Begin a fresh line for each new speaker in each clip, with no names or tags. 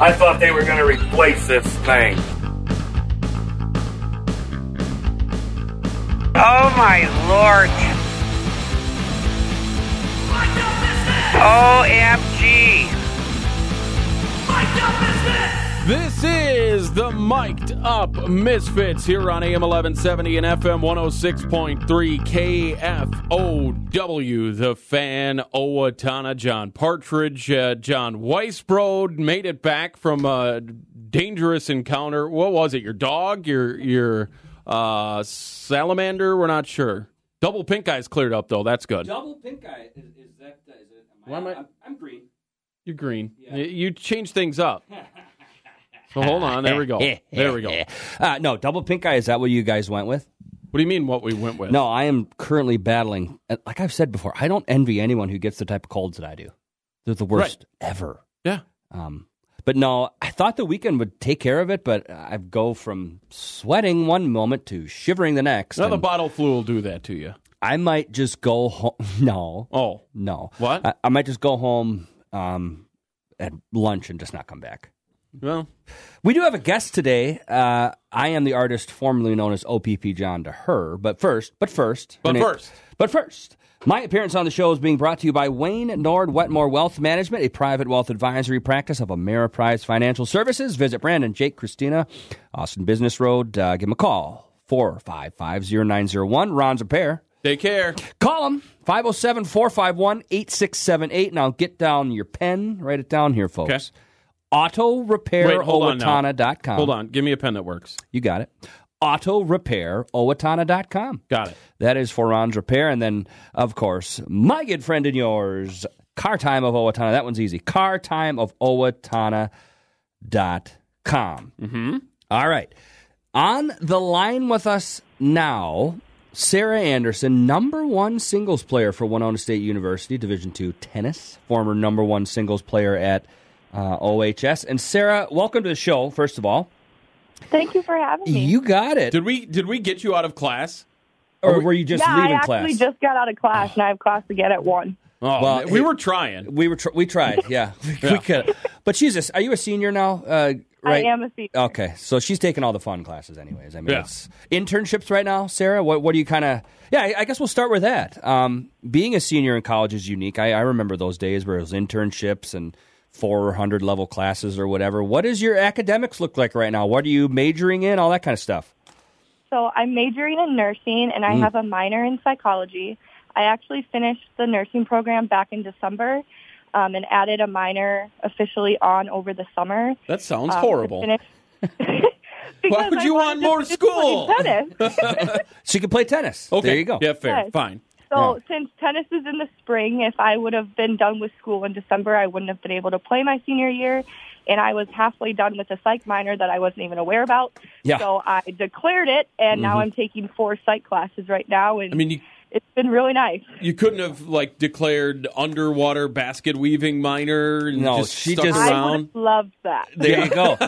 I thought they were going to replace this thing.
Oh my lord. OMG.
This is the Miked Up Misfits here on AM 1170 and FM 106.3 KFOW. The fan Owatonna John Partridge, uh, John Weisbrod made it back from a dangerous encounter. What was it? Your dog? Your your uh, salamander? We're not sure. Double pink eyes cleared up though. That's good.
Double pink eye is, is that? uh, Is it? Am
Why am I-
I'm, I'm green.
You're green. You, you change things up. So hold on. There we go. Oh, There we go. What
Uh, no, double pink eye. Is that what you guys went with?
do you mean? What we went with?
No, I am currently battling. and Like I've said before, I don't envy anyone who gets the type of colds that I do. They're the worst ever.
Yeah.
Um, but no, I thought the weekend would take care of it, but I go from sweating one moment to shivering the next.
Another
and
bottle flu will do that to you.
I might just go home. No,
Oh,
no.
What?
I, I might just go home um, at lunch and just not come back.
well,
We do have a guest today. Uh, I am the artist formerly known as OPP John to her, but first, but first, her
But
name-
first.
but first, my appearance on the show is being brought to you by Wayne Nord Wetmore Wealth Management, a private wealth advisory practice of Ameriprise Financial Services. Visit Brandon, Jake, Christina, Austin Business Road. Uh, give them a call. 455-0901. Ron's a pair.
take care.
Call oh them 507 451 8678. Now get down your pen. Write it down here, folks.
Okay.
Auto repair
Wait, hold on now.
Owatonna.com.
Hold on. Give me a pen that works.
You got it. Auto repair Owatonna.com.
Got it.
That is for Ron's repair. And then, of course, my good friend and yours, Car Time of Owatonna. That one's easy. Car Time of Owatonna.com. Mm-hmm. All right. On the line with us now, Sarah Anderson, number one singles player for Winona State University, Division two tennis, former number one singles player at uh, OHS. And Sarah, welcome to the show, first of all.
Thank you for having me.
You got it.
Did we did we get you out of class?
or were you just
yeah, I
leaving
actually
class?
just got out of class, and I have class again at one.
Oh,
Well,
man, we
it-
were trying.
We were tr- we tried, yeah. We-
Yeah.
We could, but she's a. s- Are you a senior now? Uh, right.
I am a senior.
Okay, so she's taking all the fun classes, anyways. I mean,
Yeah.
it's internships right now, Sarah. What what do you kind of? Yeah, I, I guess we'll start with that. Um, being a senior in college is unique. I, I remember those days where it was internships and four hundred level classes or whatever. What does your academics look like right now? What are you majoring in? All that kind of stuff.
So I'm majoring in nursing, and
Mm.
I have a minor in psychology. I actually finished the nursing program back in December um, and added a minor officially on over the summer.
That sounds
um, to
horrible.
finish- Because
would
I
you
wanted
want
to
more
finish playing
school?
tennis.
So you can play tennis.
Okay.
There you go.
Yeah, fair.
Yes.
Fine.
So since tennis is in the spring, if I would have been done with school in December, I wouldn't have been able to play my senior year. And I was halfway done with a psych minor that I wasn't even aware about.
Yeah.
So I declared it, and now I'm taking four psych classes right now, and
Mm-hmm. I mean, you
it's been really nice.
you couldn't have like declared underwater basket weaving minor. And
No,
just
she
stuck
just-
I would
around.
have loved that.
There you go.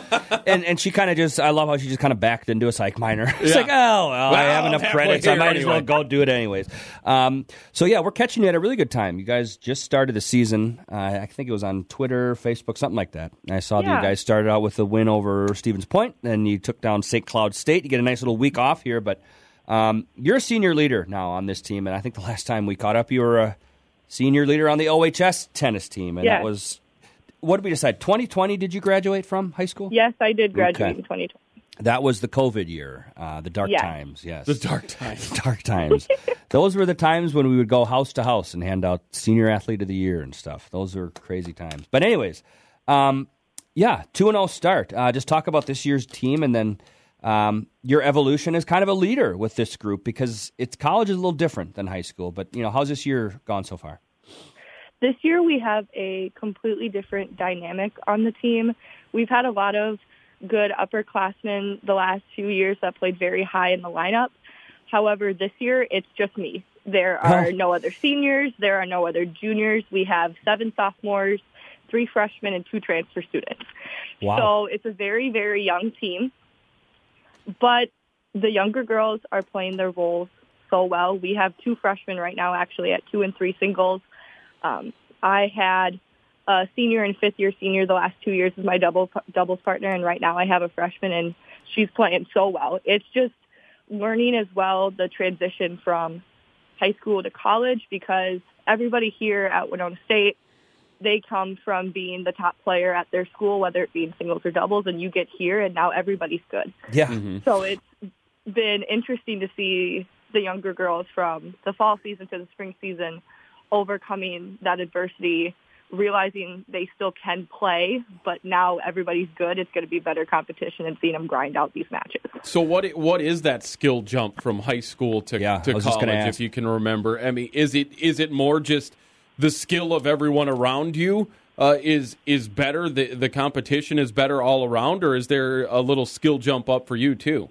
and and she kind of just, I love how she just kind of backed into a psych minor. It's
Yeah.
like, oh, well, I
Well,
have enough
halfway
credits. I
here
might as well
anyway.
go do it anyways. Um, so, yeah, we're catching you at a really good time. You guys just started the season. Uh, I think it was on Twitter, Facebook, something like that. And I saw that
Yeah.
you guys started out with a win over Stevens Point, and you took down St. Cloud State. You get a nice little week off here, but um, you're a senior leader now on this team. And I think the last time we caught up, you were a senior leader on the OHS tennis team. And
Yes.
that was what did we decide? 2020, did you graduate from high school?
Yes, I did graduate
Okay.
in 2020.
That was the COVID year, uh, the dark
Yes.
times, yes.
the dark time.
dark times. Those were the times when we would go house to house and hand out senior athlete of the year and stuff. Those were crazy times. But, anyways, um, yeah, 2 0 start. Uh, just talk about this year's team and then. Um, your evolution as kind of a leader with this group because it's college is a little different than high school. But you know, how's this year gone so far?
This year we have a completely different dynamic on the team. We've had a lot of good upperclassmen the last few years that played very high in the lineup. However, this year it's just me. There are
Oh.
no other seniors. There are no other juniors. We have seven sophomores, three freshmen, and two transfer students.
Wow,
So it's a very, very young team. But the younger girls are playing their roles so well. We have two freshmen right now actually at two and three singles. Um, I had uh, senior and fifth year senior the last two years is my double doubles partner, and right now I have a freshman, and she's playing so well. It's just learning as well the transition from high school to college because everybody here at Winona State they come from being the top player at their school, whether it be in singles or doubles, and you get here, and now everybody's good.
Yeah.
So it's been interesting to see the younger girls from the fall season to the spring season overcoming that adversity, realizing they still can play, but now everybody's good. It's going to be better competition and seeing them grind out these matches.
So what? i- What is that skill jump from high school to
Yeah,
to
I was just
college?
gonna
If
ask.
you can remember, I mean, is it is it more just the skill of everyone around you uh, is is better? The the competition is better all around, or is there a little skill jump up for you too?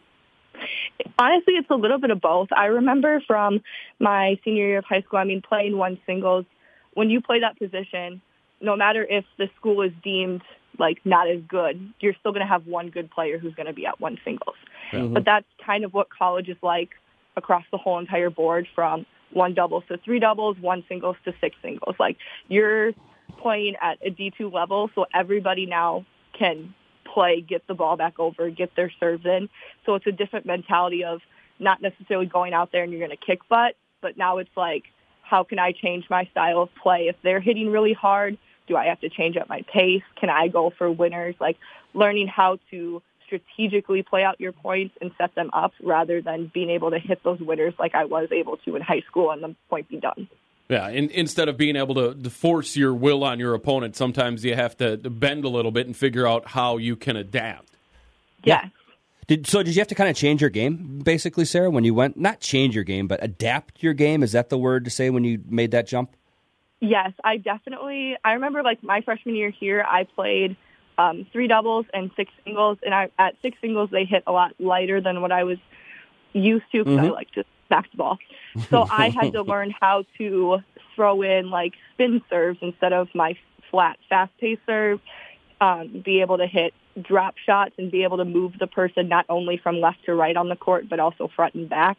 honestly, it's a little bit of both. I remember from my senior year of high school, I mean, playing one singles, when you play that position, no matter if the school is deemed like not as good, you're still going to have one good player who's going to be at one singles. But that's kind of what college is like across the whole entire board from one doubles to three doubles, one singles to six singles. Like you're playing at a D2 level, so everybody now can play, get the ball back over, get their serves in. So it's a different mentality of not necessarily going out there and you're going to kick butt, but now it's like, how can I change my style of play? If they're hitting really hard, do I have to change up my pace? Can I go for winners? Like learning how to strategically play out your points and set them up rather than being able to hit those winners like I was able to in high school and the point be done.
Yeah, in, instead of being able to, to force your will on your opponent, sometimes you have to bend a little bit and figure out how you can adapt.
Yes.
Did, so did you have to kind of change your game, basically, Sarah, when you went? Not change your game, but adapt your game. Is that the word to say when you made that jump?
Yes, I definitely. I remember like my freshman year here, I played um, three doubles and six singles, and I, at six singles they hit a lot lighter than what I was used to because I like to smack the ball. So I had to learn how to throw in like spin serves instead of my flat fast pace serve. Um, be able to hit drop shots and be able to move the person not only from left to right on the court but also front and back.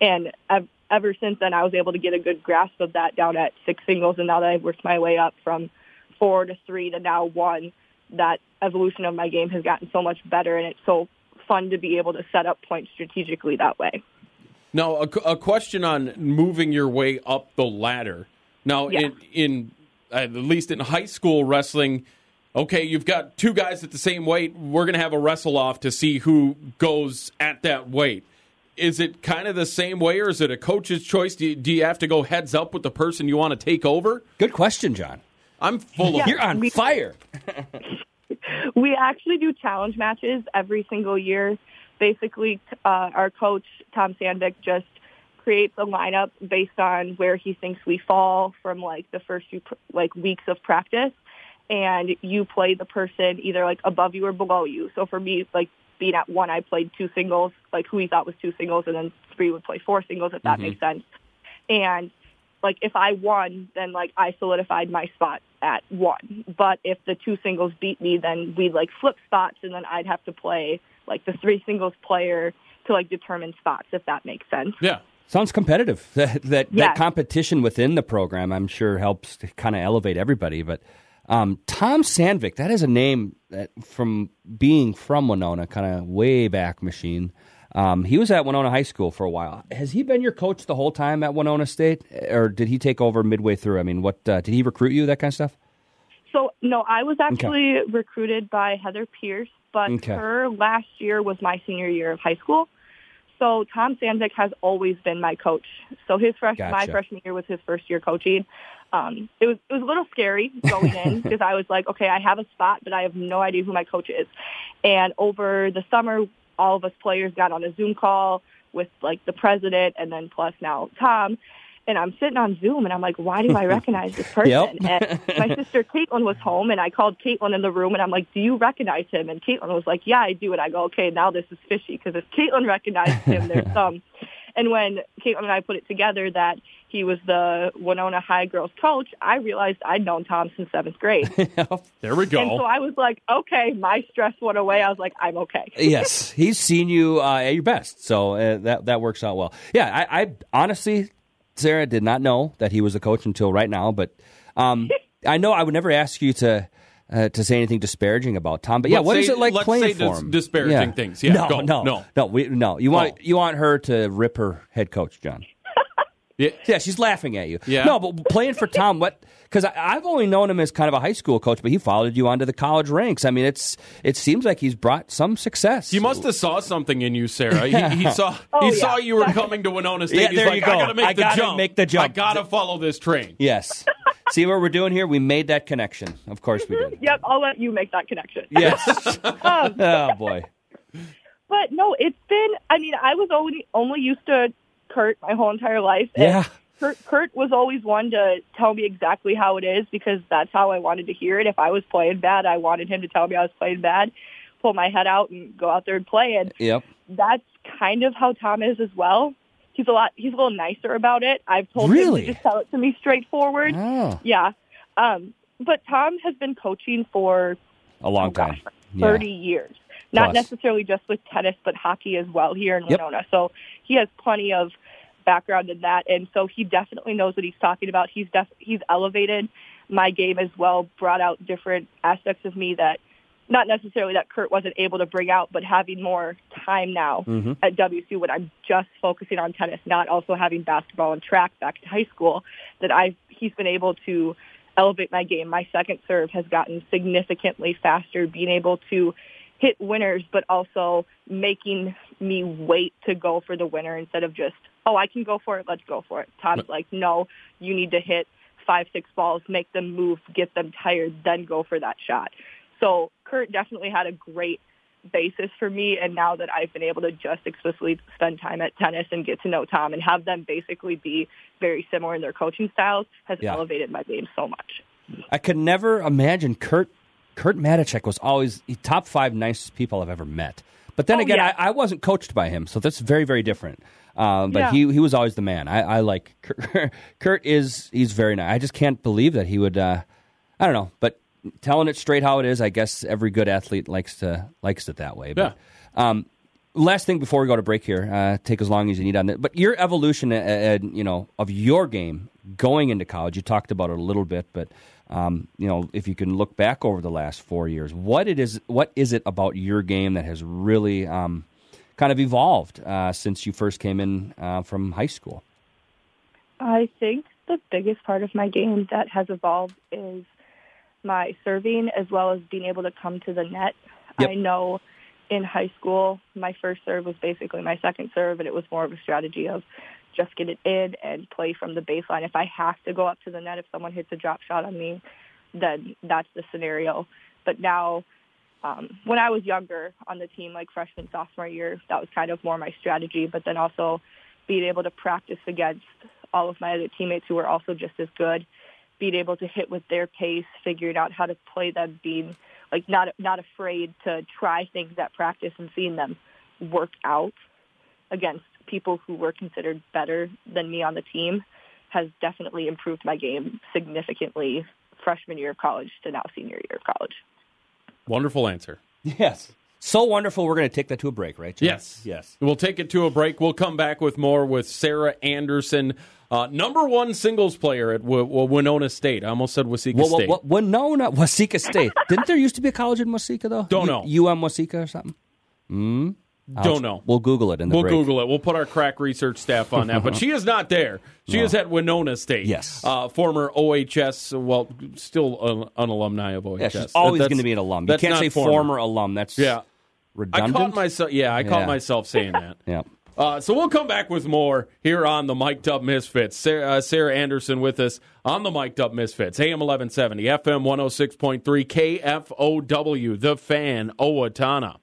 And ev- ever since then, I was able to get a good grasp of that down at six singles. And now that I've worked my way up from four to three to now one, that evolution of my game has gotten so much better, and it's so fun to be able to set up points strategically that way.
Now, a, a question on moving your way up the ladder. Now,
Yeah.
in, in at least in high school wrestling, okay, you've got two guys at the same weight. We're going to have a wrestle off to see who goes at that weight. Is it kind of the same way, or is it a coach's choice? Do you, do you have to go heads up with the person you want to take over?
Good question, John.
I'm full of
You're on
we-
fire.
We actually do challenge matches every single year. Basically, uh, our coach, Tom Sandvik, just creates a lineup based on where he thinks we fall from like the first few pr- like weeks of practice. And you play the person either like above you or below you. So for me, like being at one, I played two singles, like who he thought was two singles, and then three would play four singles, if that makes sense. And like if I won, then like I solidified my spot at one. But if the two singles beat me, then we'd like flip spots, and then I'd have to play like the three singles player to like determine spots, if that makes sense.
yeah.
Sounds competitive. That that, that
Yes.
competition within the program, I'm sure, helps to kind of elevate everybody. But um, Tom Sandvik, that is a name that from being from Winona, kind of way back machine. Um, he was at Winona High School for a while. Has he been your coach the whole time at Winona State, or did he take over midway through? I mean, what uh, did he recruit you? That kind of stuff.
So no, I was actually recruited by Heather Pierce, but
Okay.
her last year was my senior year of high school. So Tom Sandvik has always been my coach. So his fresh, my
Gotcha.
freshman year was his first year coaching. Um, it was it was a little scary going in because I was like, okay, I have a spot, but I have no idea who my coach is. And over the summer, all of us players got on a Zoom call with like the president, and then plus now Tom. And I'm sitting on Zoom, and I'm like, why do I recognize this person?
Yep.
and my sister Caitlin was home, and I called Caitlin in the room, and I'm like, "Do you recognize him?" And Caitlin was like, "Yeah, I do." And I go, "Okay, now this is fishy because if Caitlin recognized him, there's some." And when Caitlin and I put it together that he was the Winona High girls coach, I realized I'd known Tom since seventh grade,
There we
and so
go.
I was like, "Okay, my stress went away." I was like, "I'm okay."
yes, he's seen you uh, at your best, so uh, that that works out well. Yeah, I, I honestly, Sarah did not know that he was a coach until right now, but um, I know I would never ask you to uh, to say anything disparaging about Tom, but yeah,
Let's
what is
say-
it like
let's
playing
say
for
dis-
him?
disparaging
Yeah.
things. Yeah,
no,
go.
no,
No.
no, we, no. You want
No.
you want her to rip her head coach, John.
Yeah.
Yeah, she's laughing at you.
Yeah.
No, but playing for Tom, what? Because I've only known him as kind of a high school coach, but he followed you onto the college ranks. I mean, it's it seems like he's brought some success.
He must have saw something in you, Sarah. He, he saw
Oh,
he saw
yeah.
you were coming to Winona State.
Yeah,
He's
there
like,
you go.
I gotta make
I
the
gotta
jump.
make the jump."
I gotta follow this train.
Yes. See what we're doing here? We made that connection. Of course we did.
Yep, I'll let you make that connection.
Yes.
Um,
oh boy.
but no, it's been. I mean, I was only only used to Kurt my whole entire life. and
Yeah.
Kurt, Kurt was always one to tell me exactly how it is because that's how I wanted to hear it. If I was playing bad, I wanted him to tell me I was playing bad, pull my head out and go out there and play. And
Yep.
that's kind of how Tom is as well. He's a lot. He's a little nicer about it. I've told
Really?
him to just tell it to me straightforward.
Oh,
Yeah. Um, but Tom has been coaching for
a long
oh gosh,
time. Yeah.
30 years. Not
Plus.
necessarily just with tennis, but hockey as well here in
Yep.
Winona. So he has plenty of background in that, and so he definitely knows what he's talking about. He's def- he's elevated my game as well, brought out different aspects of me that not necessarily that Kurt wasn't able to bring out, but having more time now
Mhm.
at WC when I'm just focusing on tennis, not also having basketball and track back to high school, that I've he's been able to elevate my game. My second serve has gotten significantly faster, being able to hit winners, but also making me wait to go for the winner instead of just, oh, I can go for it, let's go for it. Tom's like, no, you need to hit five, six balls, make them move, get them tired, then go for that shot. So Kurt definitely had a great basis for me and now that I've been able to just explicitly spend time at tennis and get to know Tom and have them basically be very similar in their coaching styles has
Yeah.
elevated my game so much.
I could never imagine Kurt. Kurt Matichek was always the top five nicest people I've ever met. But then
Oh,
again,
yeah.
I, I wasn't coached by him, so that's very, very different. Um, but
Yeah.
he, he was always the man. I, I like Kurt. Kurt is he's very nice. I just can't believe that he would. Uh, I don't know, but telling it straight how it is, I guess every good athlete likes to likes it that way. But um, last thing before we go to break here, uh, take as long as you need on that. But your evolution, uh, uh, you know, of your game going into college, you talked about it a little bit, but um, you know, if you can look back over the last four years, what it is, what is it about your game that has really um, kind of evolved uh, since you first came in uh, from high school?
I think the biggest part of my game that has evolved is my serving as well as being able to come to the net.
Yep.
I know in high school, my first serve was basically my second serve, and it was more of a strategy of just get it in and play from the baseline. If I have to go up to the net, if someone hits a drop shot on me, then that's the scenario. But now, um, when I was younger on the team, like freshman, sophomore year, that was kind of more my strategy. But then also being able to practice against all of my other teammates who were also just as good, being able to hit with their pace, figuring out how to play them, being like not not afraid to try things at practice and seeing them work out against people who were considered better than me on the team has definitely improved my game significantly freshman year of college to now senior year of college.
Wonderful answer.
Yes, so wonderful. We're going to take that to a break, right? John?
Yes.
yes.
We'll take it to a break. We'll come back with more with Sarah Anderson, uh, number one singles player at w- w- Winona State. I almost said Wasika
Well, well,
State.
well, well, no, not Wasika State. Didn't there used to be a college in Wasika though?
Don't
U-
know.
UM Wasika or something.
Don't know.
We'll Google it in the
We'll
break.
Google it. We'll put our crack research staff on that. But she is not there. She is at Winona State.
Yes.
Uh, former OHS, well, still an, an alumni of OHS.
Yeah, she's always
That's-
going to be an alum. You
that's
can't
not
say former. alum. That's
Yeah. I
redundant.
caught myself. Yeah, I caught
Yeah.
myself saying that.
yeah.
Uh, so we'll come back with more here on the Mic'd Up Misfits. Sarah, uh, Sarah Anderson with us on the Mic'd Up Misfits. AM 1170, FM 106.3, KFOW, The Fan, Owatonna.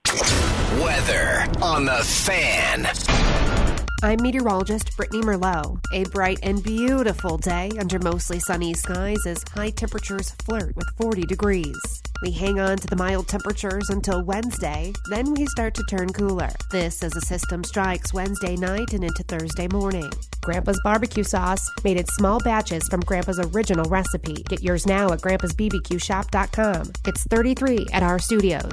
Weather on the fan.
I'm meteorologist Brittany Merlot. A bright and beautiful day under mostly sunny skies as high temperatures flirt with 40 degrees. We hang on to the mild temperatures until Wednesday, then we start to turn cooler. This as a system strikes Wednesday night and into Thursday morning. Grandpa's barbecue sauce, made in small batches from Grandpa's original recipe. Get yours now at grandpa'sbbqshop.com. It's 33 at our studios.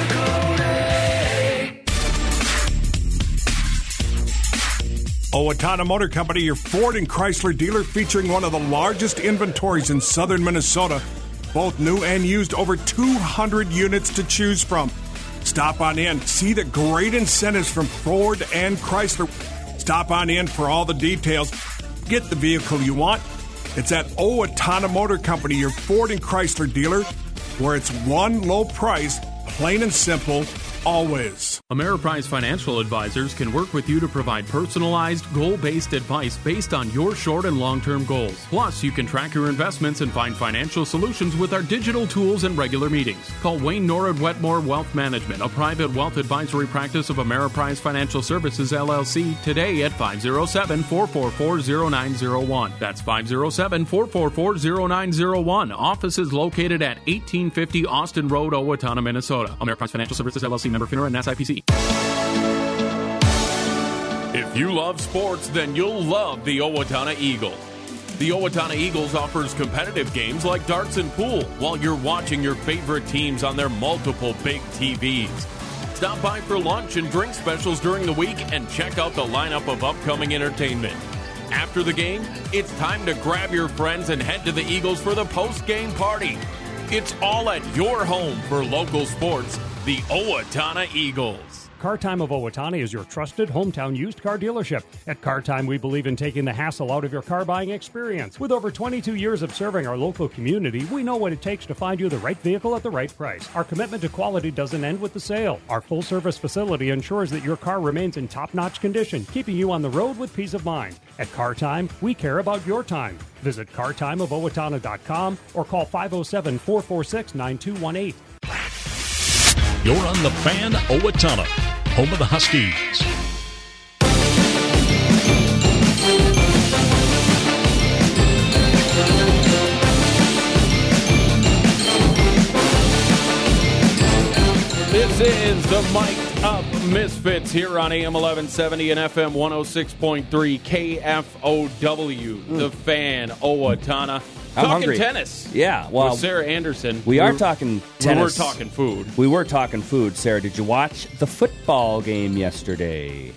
Owatonna Oh, Motor Company, your Ford and Chrysler dealer featuring one of the largest inventories in southern Minnesota, both new and used, over 200 units to choose from. Stop on in, see the great incentives from Ford and Chrysler. Stop on in for all the details. Get the vehicle you want. It's at Owatonna Motor Company, your Ford and Chrysler dealer, where it's one low price, plain and simple, always.
Ameriprise Financial Advisors can work with you to provide personalized, goal based advice based on your short and long term goals. Plus, you can track your investments and find financial solutions with our digital tools and regular meetings. Call Wayne Norwood Wetmore Wealth Management, a private wealth advisory practice of Ameriprise Financial Services LLC, today at 507 444 0901. That's 507 444 0901. Office is located at 1850 Austin Road, Owatonna, Minnesota. Ameriprise Financial Services LLC member FINRA and SIPC.
If you love sports, then you'll love the Owatonna Eagles. The Owatonna Eagles offers competitive games like darts and pool while you're watching your favorite teams on their multiple big TVs. Stop by for lunch and drink specials during the week and check out the lineup of upcoming entertainment. After the game, it's time to grab your friends and head to the Eagles for the post game party. It's all at your home for local sports, the Owatonna Eagles.
Car Time of Owatonna is your trusted hometown used car dealership. At Car Time, we believe in taking the hassle out of your car buying experience. With over 22 years of serving our local community, we know what it takes to find you the right vehicle at the right price. Our commitment to quality doesn't end with the sale. Our full service facility ensures that your car remains in top notch condition, keeping you on the road with peace of mind. At Car Time, we care about your time. Visit cartimeofowatonna.com or call 507 446 9218.
You're on the Fan Owatonna, home of the Huskies.
This is the Mike Up Misfits here on AM 1170 and FM 106.3 KFOW, the fan, Owatonna.
Hmm. I'm
Talking
hungry.
tennis.
Yeah, well,
with Sarah Anderson.
we are
We're-
talking tennis.
We're talking food.
We were talking food, Sarah. Did you watch the football game yesterday?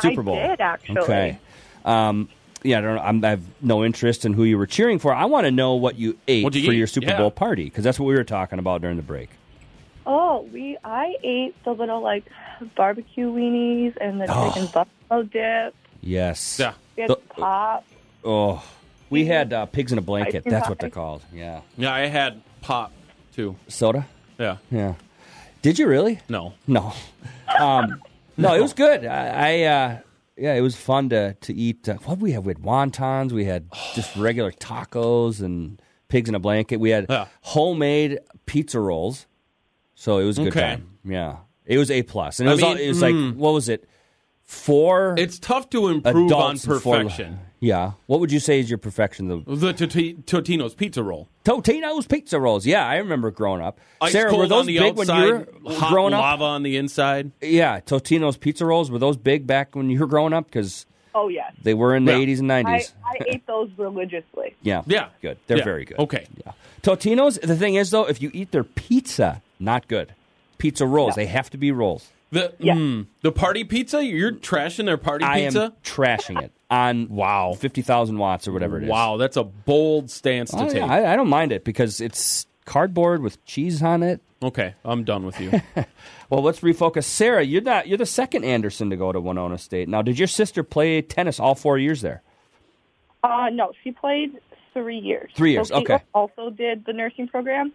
Super Bowl.
I did actually.
Okay. Um, yeah, I don't. know. I'm, I have no interest in who you were cheering for. I want to know what you ate
What'd you
for
eat?
your Super
Yeah.
Bowl party because that's what we were talking about during the break.
Oh, we I ate the little like barbecue weenies and the
Oh.
chicken buffalo dip.
Yes.
Yeah.
We had
The-
pop.
Oh, we had uh, pigs in a blanket.
Ice
That's what
pie.
they're called. Yeah.
Yeah, I had pop too.
Soda.
Yeah.
Yeah. Did you really?
No.
No. Um, no, it was good. I, I uh, yeah, it was fun to to eat. Uh, what did we have? We had wontons. We had just regular tacos and pigs in a blanket. We had
Yeah.
homemade pizza rolls. So it was a good
Okay.
time. Yeah, it was a plus, and it
I
was all,
mean, mm.
it was like what was it? Four
It's tough to improve on
adults and four-
perfection.
yeah. What would you say is your perfection? The
The Toti- Totino's pizza roll.
Totino's pizza rolls. Yeah, I remember growing up.
Ice
Sarah,
cold
were those
on the
big
outside,
when you were
hot
growing up?
lava on the inside.
Yeah, Totino's pizza rolls were those big back when you were growing up because
Oh yes,
they were in the
Yeah.
eighties and
I,
nineties.
I ate those religiously.
Yeah,
Yeah.
good. They're
Yeah.
very good.
Okay.
Yeah. Totino's. The thing is, though, if you eat their pizza, not good. Pizza rolls. They have to be rolls.
The
Yeah.
mm, the party pizza? You're trashing their party
I
pizza?
am trashing it on wow fifty thousand watts or whatever it is.
Wow, that's a bold stance to
I,
take.
I, I don't mind it because it's cardboard with cheese on it.
okay, I'm done with you.
Well, let's refocus. Sarah, you're not. You're the second Anderson to go to Winona State. Now, did your sister play tennis all four years there?
Uh, no, she played three years.
Three years,
So Caitlin
okay.
Also did the nursing program,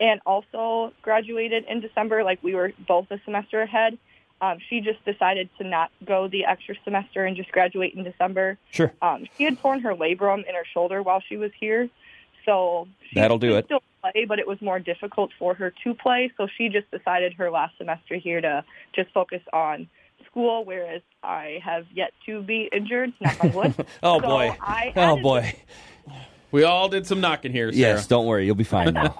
and also graduated in December. Like we were both a semester ahead. Um, she just decided to not go the extra semester and just graduate in December.
Sure.
Um, she had torn her labrum in her shoulder while she was here, so she
That'll do
could
it.
Still play, but it was more difficult for her to play. So she just decided her last semester here to just focus on school, whereas I have yet to be injured. Knock on wood.
Oh
So
boy.
I
Oh
added
boy.
We all did some knocking here, Sarah.
Yes, don't worry, you'll be fine now.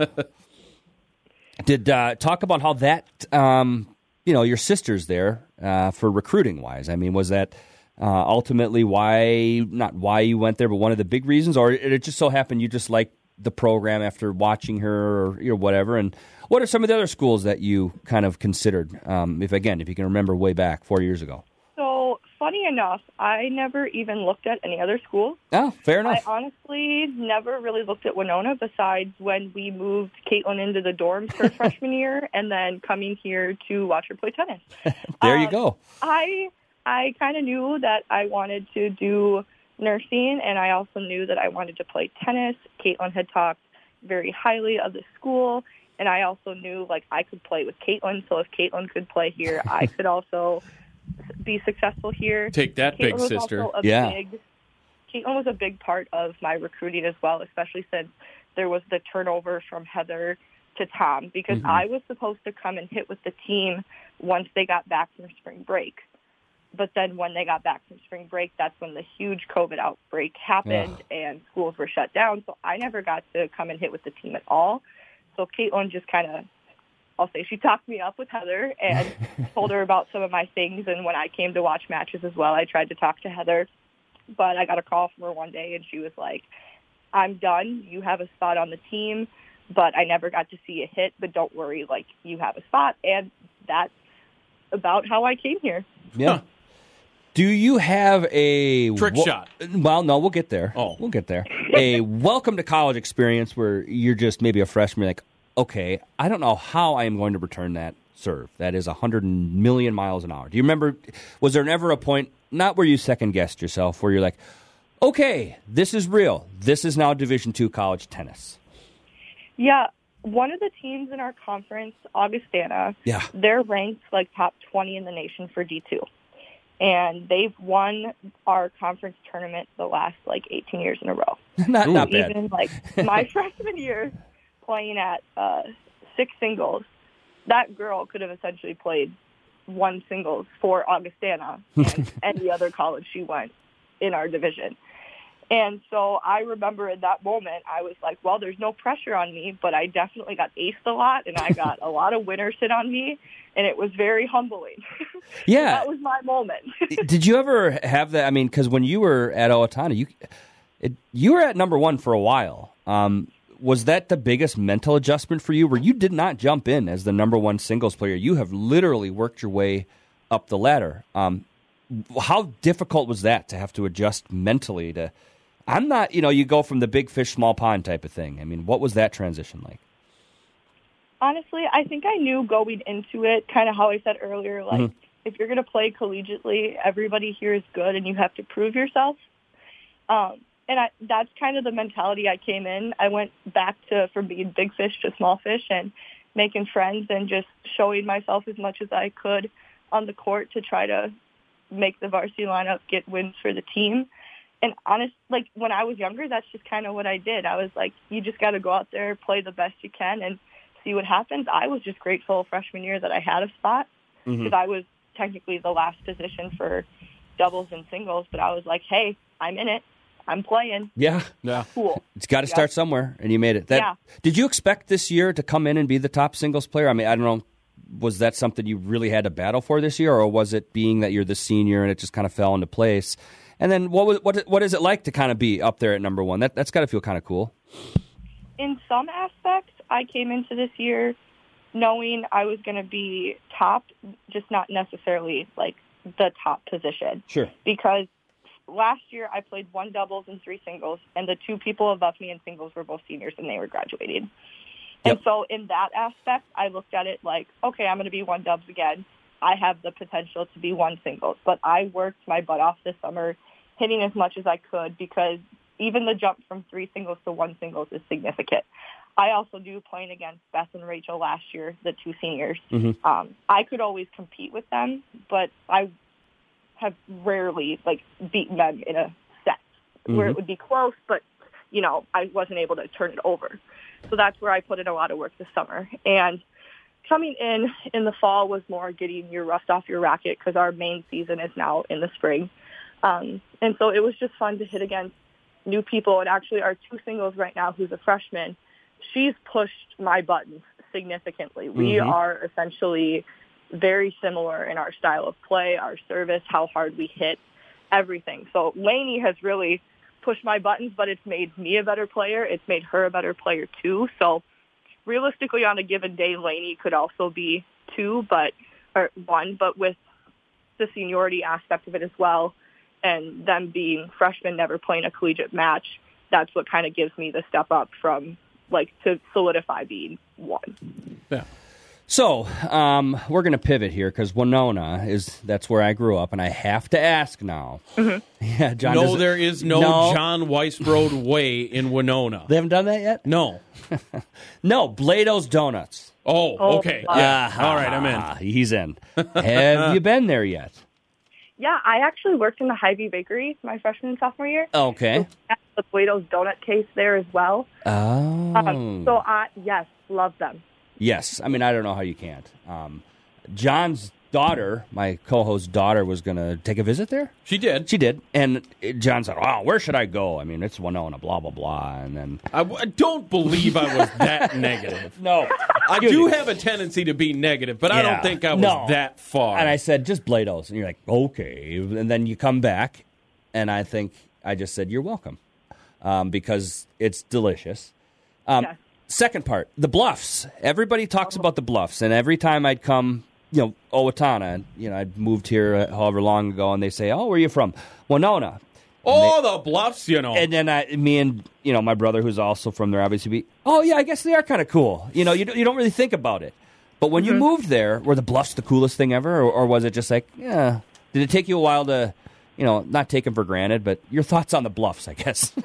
Did uh, talk about how that um, you know your sisters there uh, for recruiting wise. I mean, was that uh, ultimately why not why you went there, but one of the big reasons, or it just so happened you just liked the program after watching her or you know, whatever. And what are some of the other schools that you kind of considered? Um, if again, if you can remember way back four years ago.
So funny enough, I never even looked at any other school.
Oh, fair enough.
I uh, honestly never really looked at Winona besides when we moved Caitlin into the dorms her freshman year and then coming here to watch her play tennis.
there you go.
I I kind of knew that I wanted to do nursing, and I also knew that I wanted to play tennis. Caitlin had talked very highly of the school, and I also knew like I could play with Caitlin. So if Caitlin could play here, I could also be successful here.
Take that, big
Caitlin was
sister.
also a
Yeah.
Big, Caitlin was a big part of my recruiting as well, especially since there was the turnover from Heather to Tom because I was supposed to come and hit with the team once they got back from spring break. But then when they got back from spring break, that's when the huge COVID outbreak happened and schools were shut down. So I never got to come and hit with the team at all. So Caitlin just kind of, I'll say she talked me up with Heather and told her about some of my things. And when I came to watch matches as well, I tried to talk to Heather. But I got a call from her one day and she was like, I'm done. You have a spot on the team, but I never got to see a hit. But don't worry, like, you have a spot. And that's about how I came here.
Yeah. Do you have a
Trick
wo-
shot.
Well, no, we'll get there.
Oh.
we'll get there. A welcome to college experience where you're just maybe a freshman, like, okay, I don't know how I am going to return that serve. That is a hundred million miles an hour. Do you remember? Was there never a point, not where you second guessed yourself, where you're like, okay, this is real. This is now Division two college tennis.
Yeah, one of the teams in our conference, Augustana,
Yeah.
they're ranked like top 20 in the nation for D2. And they've won our conference tournament the last like 18 years in a row.
not not bad.
Even like my freshman year playing at uh, six singles, that girl could have essentially played one singles for Augustana and any other college she went in our division. And so I remember in that moment, I was like, well, there's no pressure on me, but I definitely got aced a lot and I got a lot of winners hit on me. And it was very humbling.
Yeah.
that was my moment.
Did you ever have that? I mean, because when you were at Owatonna, you it, you were at number one for a while. Um, was that the biggest mental adjustment for you, where you did not jump in as the number one singles player? You have literally worked your way up the ladder. Um, how difficult was that to have to adjust mentally? To I'm not, you know, you go from the big fish, small pond type of thing. I mean, what was that transition like?
honestly, I think I knew going into it, kind of how I said earlier, like if you're going to play collegiately, everybody here is good, and you have to prove yourself. Um, and I, that's kind of the mentality I came in. I went back to from being big fish to small fish and making friends and just showing myself as much as I could on the court to try to make the varsity lineup, get wins for the team. And honest, like when I was younger, that's just kind of what I did. I was like, you just got to go out there, play the best you can, and see what happens. I was just grateful freshman year that I had a spot because I was technically the last position for doubles and singles, but I was like, hey, I'm in it. I'm playing.
Yeah,
Yeah.
Cool.
It's got to
Yeah.
start somewhere, and you made it. That,
Yeah.
Did you expect this year to come in and be the top singles player? I mean, I don't know. Was that something you really had to battle for this year, or was it being that you're the senior and it just kind of fell into place? And then what was what what is it like to kind of be up there at number one? That that's got to feel kind of cool.
in some aspects, I came into this year knowing I was going to be top, just not necessarily like the top position.
Sure.
Because last year I played one doubles and three singles, and the two people above me in singles were both seniors and they were graduating. And
Yep.
so in that aspect, I looked at it like, okay, I'm going to be one dubs again. I have the potential to be one singles, but I worked my butt off this summer hitting as much as I could because even the jump from three singles to one singles is significant. I also knew playing against Beth and Rachel last year, the two seniors. Um, I could always compete with them, but I have rarely like beaten them in a set where it would be close, but you know I wasn't able to turn it over. So that's where I put in a lot of work this summer, and coming in in the fall was more getting your rust off your racket because our main season is now in the spring. Um, and so it was just fun to hit against new people. And actually, our two singles right now, who's a freshman, she's pushed my buttons significantly. We
Mhm.
are essentially very similar in our style of play, our service, how hard we hit, everything. So Lainey has really pushed my buttons, but it's made me a better player. It's made her a better player too. So realistically, on a given day, Laney could also be two, but or one, but with the seniority aspect of it as well, and them being freshmen, never playing a collegiate match, that's what kind of gives me the step up from like to solidify being one.
So um, we're going to pivot here because Winona is that's where I grew up, and I have to ask now. Yeah, John.
no,
doesn't-
there is no, John Weisbrod way in Winona.
They haven't done that yet.
No,
no, Blado's Donuts.
Oh,
Oh,
okay.
wow.
Yeah.
Ah,
All right, I'm in.
He's in. have you been there yet?
Yeah, I actually worked in the Hy-Vee bakery my freshman and sophomore year.
Oh. Okay.
Had the Plato's donut case there as well.
Oh.
Um, so I yes, love them.
Yes, I mean I don't know how you can't. Um, John's daughter, my co-host's daughter, was going to take a visit there.
She did.
She did, and uh, John said, "Oh, where should I go? I mean, it's Winona, blah blah blah." And then
I, w- I don't believe I was that negative.
no,
I do have a tendency to be negative, but I
Yeah.
don't think I was
No.
that far.
and I said, "Just Blados," and you're like, "Okay." And then you come back, and I think I just said, "You're welcome," um, because it's delicious. Um,
Yes.
Second part, the bluffs. Everybody talks about the bluffs, and every time I'd come, you know, Owatonna, you know, I'd moved here uh, however long ago, and they say, "Oh, where are you from?" Winona.
oh, the bluffs, you know.
And then I, me and you know my brother, who's also from there, obviously, be oh yeah, I guess they are kind of cool. You know, you don't, you don't really think about it, but when you moved there, were the bluffs the coolest thing ever, or, or was it just like yeah? Did it take you a while to, you know, not take them for granted, but your thoughts on the bluffs, I guess.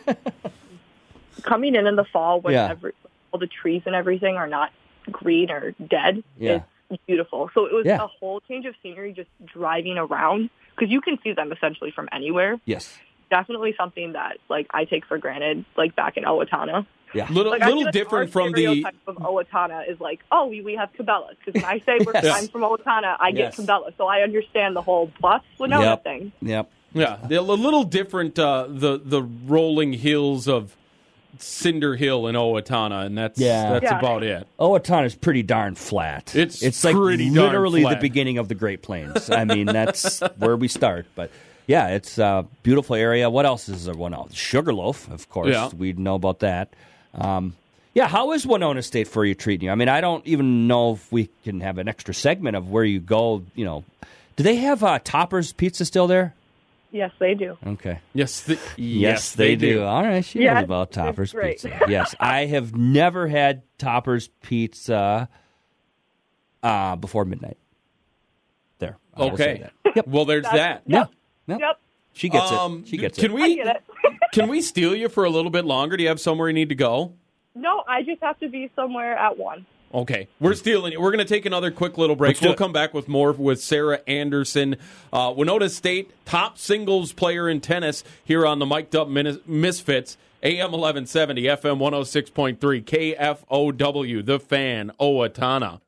coming in in the fall when
Yeah.
every, all the trees and everything are not green or dead
Yeah.
is beautiful. So it was
Yeah.
a whole change of scenery just driving around because you can see them essentially from anywhere.
yes.
Definitely something that like I take for granted, like back in Owatonna.
Yeah.
little
Like, I feel
little
like
different
our
from the
stereotype of Owatonna is like, oh, we, we have Cabela's. Because when I say we're,
Yes.
I'm from Owatonna, I
Yes.
get Cabela's. So I understand the whole bluffs Winona
yep.
thing.
Yep.
yeah, the, a little different uh, the the rolling hills of Cinder Hill in Owatonna, and that's
Yeah.
that's
Yeah.
about it.
Owatonna is pretty darn flat.
It's
it's like
pretty darn
literally
flat.
the beginning of the Great Plains. I mean, that's where we start. But yeah, it's a beautiful area. What else is there? One else, Sugarloaf, of course.
Yeah.
We know about that. Um, yeah, how is Winona State for you treating you? I mean, I don't even know if we can have an extra segment of where you go. You know, do they have uh, Toppers Pizza still there?
Yes, they do.
Okay.
Yes, the, yes,
All right, she
Yes,
knows about
it's
Toppers
great.
Pizza. yes, I have never had Toppers Pizza uh, before midnight. There. I will say
Okay.
that. Yep.
Well, there's that.
Yeah. Yep.
Yep.
She gets
Um,
it. She gets
can
it.
I
we
get it.
can we steal you for a little bit longer? Do you have somewhere you need to go?
No, I just have to be somewhere at one.
Okay, we're stealing. We're going to take another quick little break.
Let's do
We'll
it.
come back with more with Sarah Anderson, uh, Winona State top singles player in tennis here on the Mic'd Up Minis- Misfits, AM 1170, FM 106.3, KFOW, The Fan, Owatonna.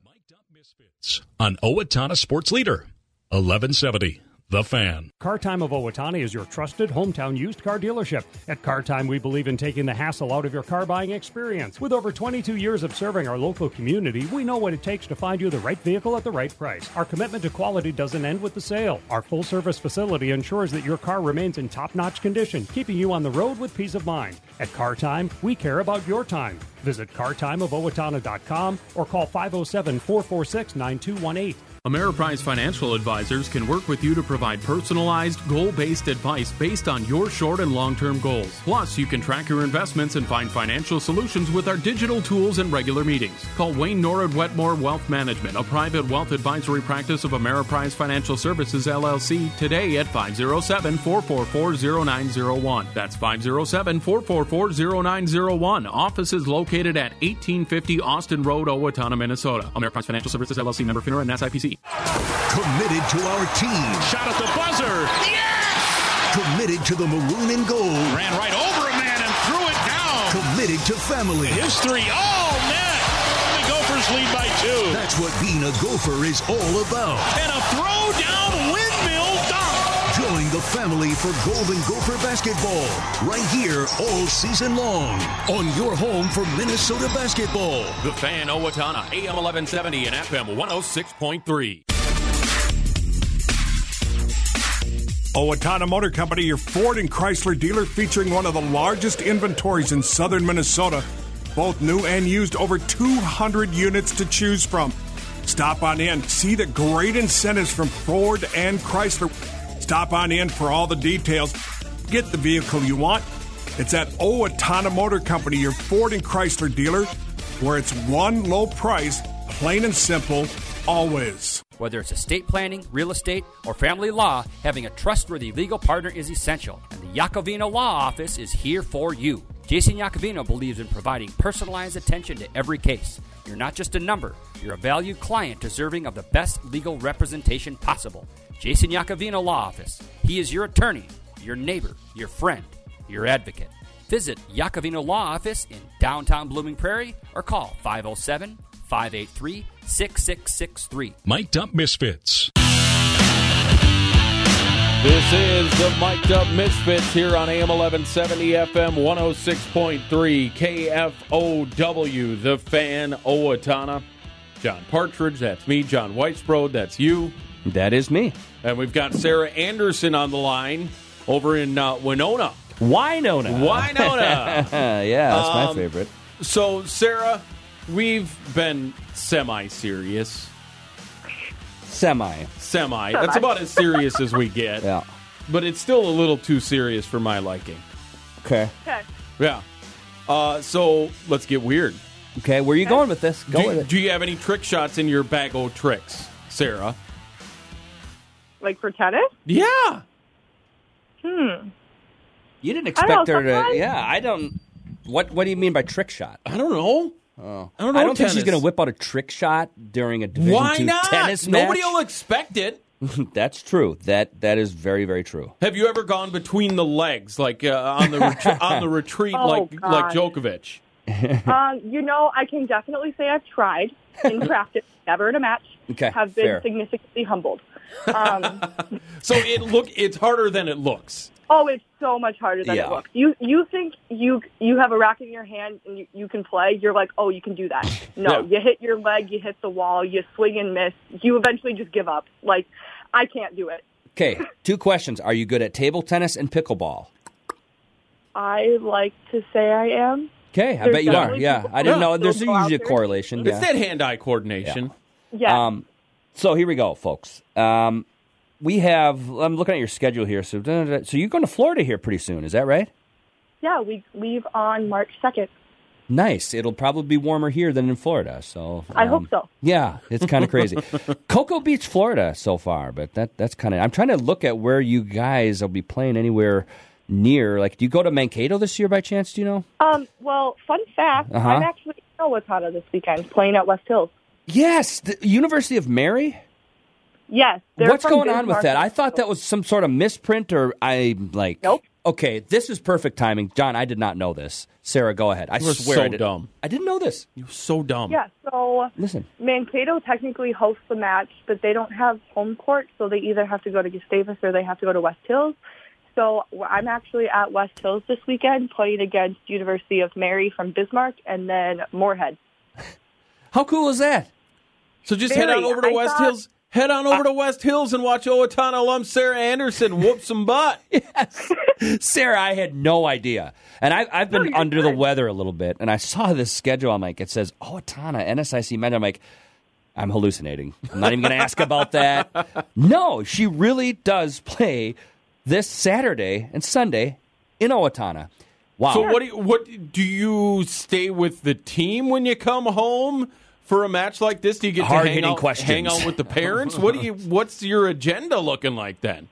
Misfits on Owatonna Sports Leader, 1170. The Fan.
Car Time of Owatonna is your trusted hometown used car dealership. At Car Time, we believe in taking the hassle out of your car buying experience. With over 22 years of serving our local community, we know what it takes to find you the right vehicle at the right price. Our commitment to quality doesn't end with the sale. Our full service facility ensures that your car remains in top notch condition, keeping you on the road with peace of mind. At Car Time, we care about your time. Visit cartimeofowatonna.com or call 507 446 9218.
Ameriprise Financial Advisors can work with you to provide personalized, goal based advice based on your short and long term goals. Plus, you can track your investments and find financial solutions with our digital tools and regular meetings. Call Wayne Norwood Wetmore Wealth Management, a private wealth advisory practice of Ameriprise Financial Services LLC, today at 507 444 0901. That's 507 444 0901. Office is located at 1850 Austin Road, Owatonna, Minnesota. Ameriprise Financial Services LLC member FINRA and SIPC.
Committed to our team.
Shot at the buzzer.
Committed to the maroon and gold.
Ran right over a man and threw it down.
Committed to family.
His three. Oh, net. The Gophers
Gophers lead by two.
That's what being a gopher is all about.
And a throw down windmill dunk.
Join the family for Golden Gopher basketball right here all season long on your home for Minnesota basketball.
The Fan Owatonna, AM 1170 and FM 106.3.
Owatonna Oh, Motor Company, your Ford and Chrysler dealer featuring one of the largest inventories in southern Minnesota, both new and used, over 200 units to choose from. Stop on in, see the great incentives from Ford and Chrysler. Stop on in for all the details. Get the vehicle you want. It's at Owatonna Motor Company, your Ford and Chrysler dealer, where it's one low price, plain and simple, always.
Whether it's estate planning, real estate, or family law, having a trustworthy legal partner is essential, and the Yakovino Law Office is here for you. Jason Yakovino believes in providing personalized attention to every case. You're not just a number, you're a valued client deserving of the best legal representation possible. Jason Yakovino Law Office. He is your attorney, your neighbor, your friend, your advocate. Visit Yakovino Law Office in downtown Blooming Prairie or call 507 583 6663.
Mic'd Up Misfits.
This is the Mic'd Up Misfits here on AM 1170 FM 106.3 KFOW, the fan Owatonna. John Partridge, that's me. John Weisbrod, that's you.
That is me.
And we've got Sarah Anderson on the line over in uh, Winona.
Winona.
Winona.
Uh, yeah, that's my
Um,
favorite.
So, Sarah, we've been semi serious.
Semi.
Semi.
Semi.
That's about as serious as we get.
Yeah.
But it's still a little too serious for my liking.
Okay.
Yeah. Uh, so let's get weird.
Okay, where are you going with this? Go
do,
with it.
do you have any trick shots in your bag of tricks, Sarah?
Like for tennis?
Yeah.
Hmm.
You didn't
I don't know,
expect her to.
sometimes-
Yeah, I don't. What What do you mean by trick shot?
I don't know.
Oh,
I don't know
think she's
tennis.
going to whip out a trick shot during a Division
Why
two
not?
tennis
Nobody
match.
will expect it.
That's true. That that is very very true.
Have you ever gone between the legs, like uh, on the retri- on the retreat,
Oh,
like like
God.
Djokovic?
um, you know, I can definitely say I've tried in practice, never in a match.
Okay,
have been
fair.
significantly humbled. Um,
So it look it's harder than it looks.
oh, it's so much harder than
Yeah.
it looks. You you think you you have a racket in your hand and you, you can play? You're like, oh, you can do that. No,
Yeah.
you hit your leg, you hit the wall, you swing and miss. You eventually just give up. Like, I can't do it.
Okay, two questions. Are you good at table tennis and pickleball?
I like to say I am.
Okay, I
There's
bet you are.
definitely
Yeah,
people-
I didn't
Yeah.
know. There's
People out
usually a
there.
correlation.
It's
yeah.
that
hand-eye coordination.
Yeah.
Um, so here we go, folks. Um, we have. I'm looking at your schedule here. So da, da, da. so you're going to Florida here pretty soon. Is that right?
Yeah, we leave on March second.
Nice. It'll probably be warmer here than in Florida. So um,
I hope so.
Yeah, it's kind of crazy. Cocoa Beach, Florida, so far, but that that's kind of. I'm trying to look at where you guys will be playing anywhere near. Like, do you go to Mankato this year by chance? Do you know?
Um, well, fun fact,
Uh-huh.
I'm actually in Owatonna this weekend playing at West Hills.
Yes, the University of Mary.
Yes. they're
What's
from
going on with
Bismarck.
that? I thought that was some sort of misprint, or I like. Nope. Okay, this is perfect timing, John. I did not know this. Sarah, go ahead. I
You were
swear,
so
I did-
dumb.
I didn't know this.
You're so dumb.
Yeah, so
Listen.
Mankato technically hosts the match, but they don't have home court, so they either have to go to Gustavus or they have to go to West Hills. So w- I'm actually at West Hills this weekend playing against University of Mary from Bismarck and then Moorhead.
How cool is that?
So just head
Very.
on over to
I
West
thought-
Hills. Head on over to West Hills and watch Owatonna alum Sarah Anderson whoop some butt.
Sarah, I had no idea. And I, I've been under the weather a little bit, and I saw this schedule. I'm like, it says oh, Owatonna, NSIC men. I'm like, I'm hallucinating. I'm not even going to ask about that. No, she really does play this Saturday and Sunday in Owatonna. Wow.
So what do you, what do you stay with the team when you come home for a match like this? Do you get to hang
Hard-hitting
out,
questions.
hang out with the parents? what do you what's your agenda looking like then?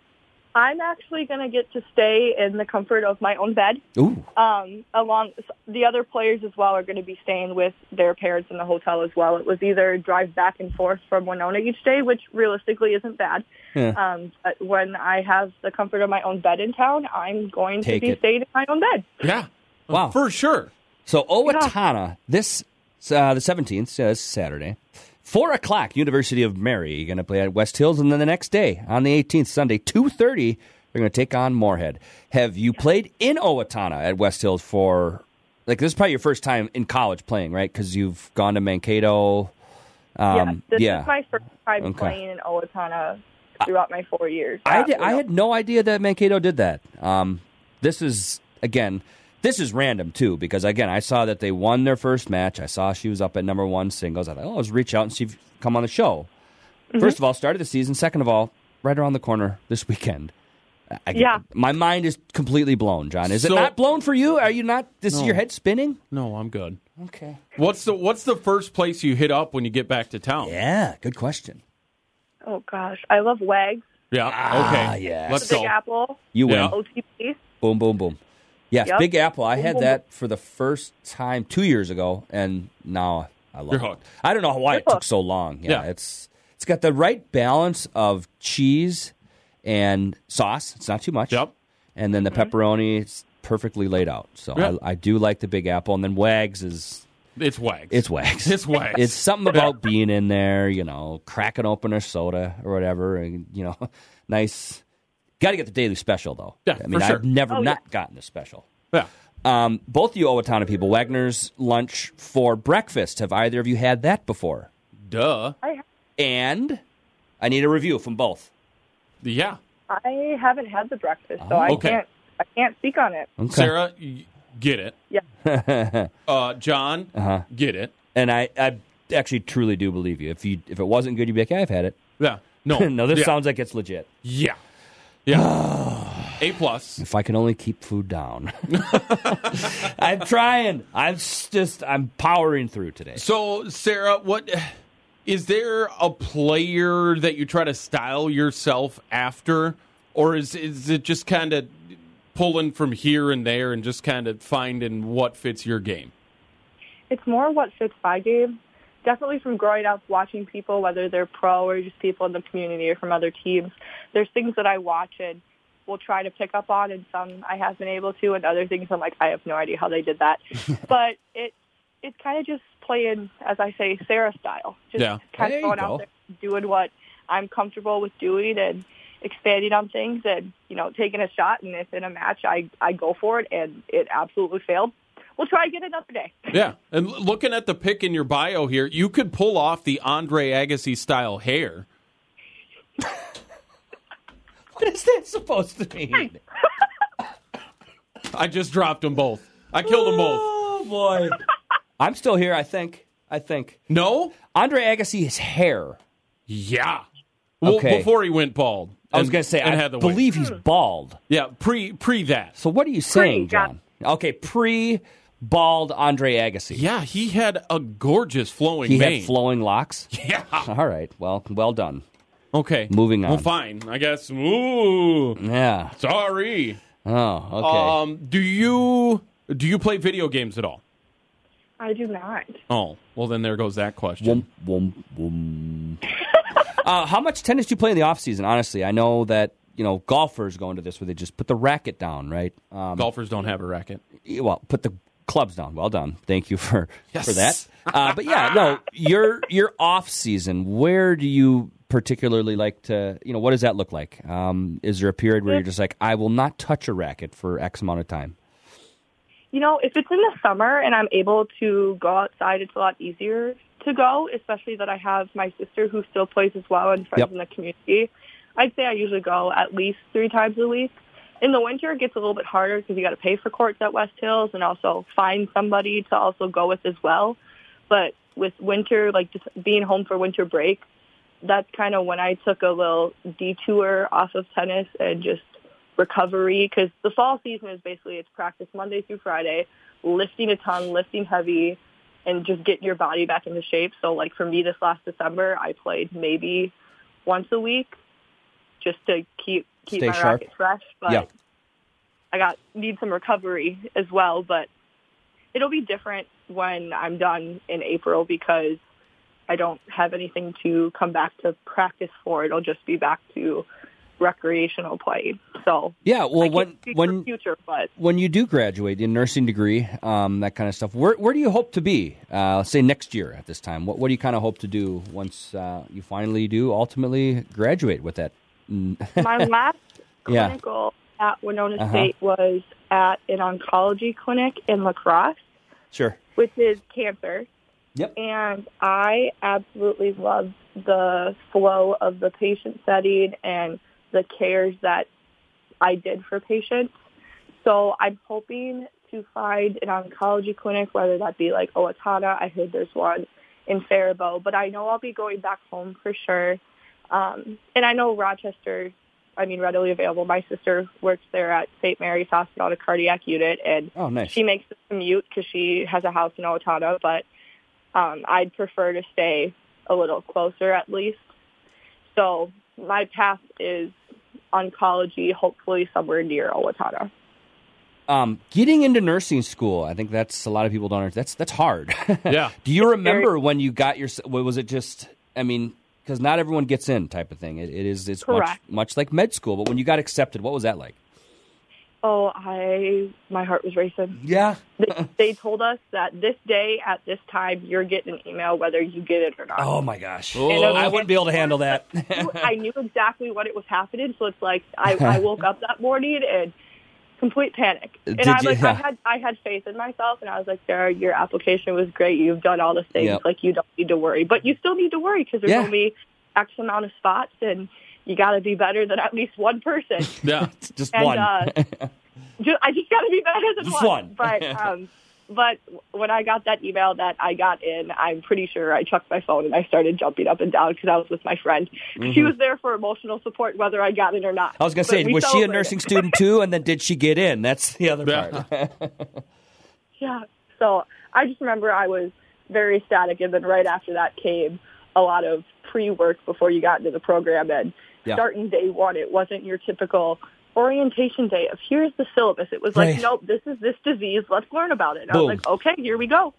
I'm actually going to get to stay in the comfort of my own bed.
Ooh.
Um, along the other players as well are going to be staying with their parents in the hotel as well. It was either drive back and forth from Winona each day, which realistically isn't bad.
Yeah.
Um, but when I have the comfort of my own bed in town, I'm going
Take
to be
it.
Uh,
staying in my own bed.
Yeah.
Wow.
For sure.
So Owatonna this It's, uh, the 17th, yeah, it's Saturday. 4 o'clock, University of Mary going to play at West Hills. And then the next day, on the 18th, Sunday, 2.30, they're going to take on Moorhead. Have you played in Owatonna at West Hills for, like, this is probably your first time in college playing, right? Because you've gone to Mankato. Um,
this
yeah.
is my first time
Okay.
playing in Owatonna throughout my four years.
I, did, I had no idea that Mankato did that. Um, this is again, this is random too because again, I saw that they won their first match. I saw she was up at number one singles. I thought, oh, let's reach out and see if you come on the show. First of all, started the season. Second of all, right around the corner this weekend. I- I-
Yeah.
my mind is completely blown. John, is
So-
it not blown for you? Are you not? This is
No.
your head spinning?
No, I'm good.
Okay.
What's the What's the first place you hit up when you get back to town?
Yeah, good question.
Oh gosh, I love Wags.
Yeah.
Ah,
okay.
yes.
Let's
the Big
go.
Apple.
You win.
OTP.
Boom, boom, boom. Yes,
Yep.
Big Apple. I
Boom,
had
boom,
that for the first time two years ago, and now I love
You're
it.
hooked.
I don't know why it took so long.
Yeah.
Yeah, it's it's got the right balance of cheese and sauce. It's not too much. Yep. And then the
Mm-hmm.
pepperoni is perfectly laid out. So
Yeah.
I, I do like the Big Apple, and then Wags is
It's wags.
it's Wags.
It's wags.
It's something about being in there, you know, cracking open a soda or whatever, and you know, nice. Got to get the daily special though.
Yeah,
I mean,
for sure.
I've never
Oh, yeah.
not gotten a special.
Yeah.
Um, both you Owatonna people, Wagner's lunch for breakfast. Have either of you had that before?
Duh.
I
And I need a review from both.
Yeah.
I haven't had the breakfast, so
Oh.
I
Okay.
can't I can't speak on it.
Sarah, y- get it.
Yeah.
Uh, John,
Uh-huh.
get it.
And I, I actually truly do believe you. If you if it wasn't good, you'd be like, yeah, I've had it.
Yeah. No.
no, this
Yeah.
sounds like it's legit.
Yeah. Yeah. a plus.
If I can only keep food down. I'm trying. I'm s- just I'm powering through today.
So, Sarah, what is there a player that you try to style yourself after, or is is it just kind of pulling from here and there and just kind of finding what fits your game?
It's more what fits my game. Definitely from growing up watching people, whether they're pro or just people in the community or from other teams, there's things that I watch and will try to pick up on and some I have been able to and other things I'm like, I have no idea how they did that. but it it's kind of just playing, as I say, Sarah style. Just
Yeah.
kind
There you
of going
go.
out there doing what I'm comfortable with doing and expanding on things and, you know, taking a shot and if in a match I, I go for it and it absolutely failed. We'll try again another day.
Yeah, and l- looking at the pic in your bio here, you could pull off the Andre Agassi style hair.
What is that supposed to mean?
I just dropped them both. I killed them both.
Oh boy. I'm still here, I think. I think.
No?
Andre Agassi's hair.
Yeah. Well,
Okay.
before he went bald.
I was
And-
going to say,
and
I
had the wig.
believe he's bald.
Yeah, pre pre that.
So what are you saying, John? Okay, pre bald Andre Agassi.
Yeah, he had a gorgeous flowing
He
mane.
had flowing locks?
Yeah.
All right. Well, well done.
Okay.
Moving on.
Well, fine. I guess. Ooh.
Yeah.
Sorry.
Oh, okay.
Um, do you do you play video games at all?
I do not.
Oh, well then there goes that question.
Whoom, whoom, whoom. uh, how much tennis do you play in the off season? Honestly, I know that, you know, golfers go into this where they just put the racket down, right? Um,
Golfers don't have a racket.
well, put the clubs down. Well done. Thank you for for that.
Yes.
Uh, but yeah, no, your your off season. Where do you particularly like to? You know, what does that look like? Um, is there a period where you're just like, I will not touch a racket for X amount of time?
You know, if it's in the summer and I'm able to go outside, it's a lot easier to go, especially that I have my sister who still plays as well and friends
Yep.
in the community. I'd say I usually go at least three times a week. In the winter, it gets a little bit harder because you got to pay for courts at West Hills and also find somebody to also go with as well. But with winter, like just being home for winter break, that's kind of when I took a little detour off of tennis and just recovery because the fall season is basically it's practice Monday through Friday, lifting a ton, lifting heavy, and just getting your body back into shape. So like for me this last December, I played maybe once a week just to keep keep
Stay
my
sharp.
racket fresh. But
Yeah.
I got need some recovery as well, but it'll be different when I'm done in April because I don't have anything to come back to practice for. It'll just be back to recreational play. So
Yeah, well,
I can't
when-
speak
when-
for future, but
When you do graduate, your nursing degree, um, that kind of stuff. Where where do you hope to be? Uh, let's say next year at this time. What what do you kind of hope to do once uh, you finally do ultimately graduate with that?
my last
Yeah.
clinical at Winona
Uh-huh.
State was at an oncology clinic in La Crosse,
sure.
which is cancer.
Yep.
And I absolutely loved the flow of the patient setting and the cares that I did for patients. So I'm hoping to find an oncology clinic, whether that be like Owatonna. I heard there's one in Faribault, but I know I'll be going back home for sure. Um, and I know Rochester, I mean, readily available. My sister works there at St. Mary's Hospital, the cardiac unit, and
Oh, nice.
she makes the commute because she has a house in Owatonna, but um, I'd prefer to stay a little closer at least. So my path is oncology, hopefully somewhere near Owatonna.
Um, getting into nursing school, I think that's a lot of people don't. under- That's that's hard.
Yeah.
do you remember when you got your? what Was it just? I mean, because not everyone gets in, type of thing. It, it is. It's much,
Correct.
much like med school. But when you got accepted, what was that like?
Oh, I my heart was racing.
Yeah.
They, they told us that this day at this time you're getting an email whether you get it or not.
Oh my gosh!
And it was-
I wouldn't be able to handle that.
I knew exactly what it was happening, so it's like I, I woke up that morning and complete panic. And
Did
I
you-
like I
yeah.
had I had faith in myself, and I was like, Sarah, your application was great. You've done all the things.
Yep.
Like you don't need to worry, but you still need to worry because there's
Yeah.
only X amount of spots, and you got to be better than at least one person.
Yeah, just
And,
one.
uh, Ju- I just got to be better than
Just one.
But um, but when I got that email that I got in, I'm pretty sure I chucked my phone and I started jumping up and down because I was with my friend. She
Mhm.
was there for emotional support, whether I got in or not.
I was gonna
But
say,
we
was she a
celebrated.
nursing student too? And then did she get in? That's the other part.
Yeah. So I just remember I was very static, and then right after that came a lot of pre-work before you got into the program. And
Yeah.
starting day one, it wasn't your typical orientation day of here's the syllabus. It was like,
Right.
nope, this is this disease. Let's learn about it. And I was
Boom.
like, okay, here we go.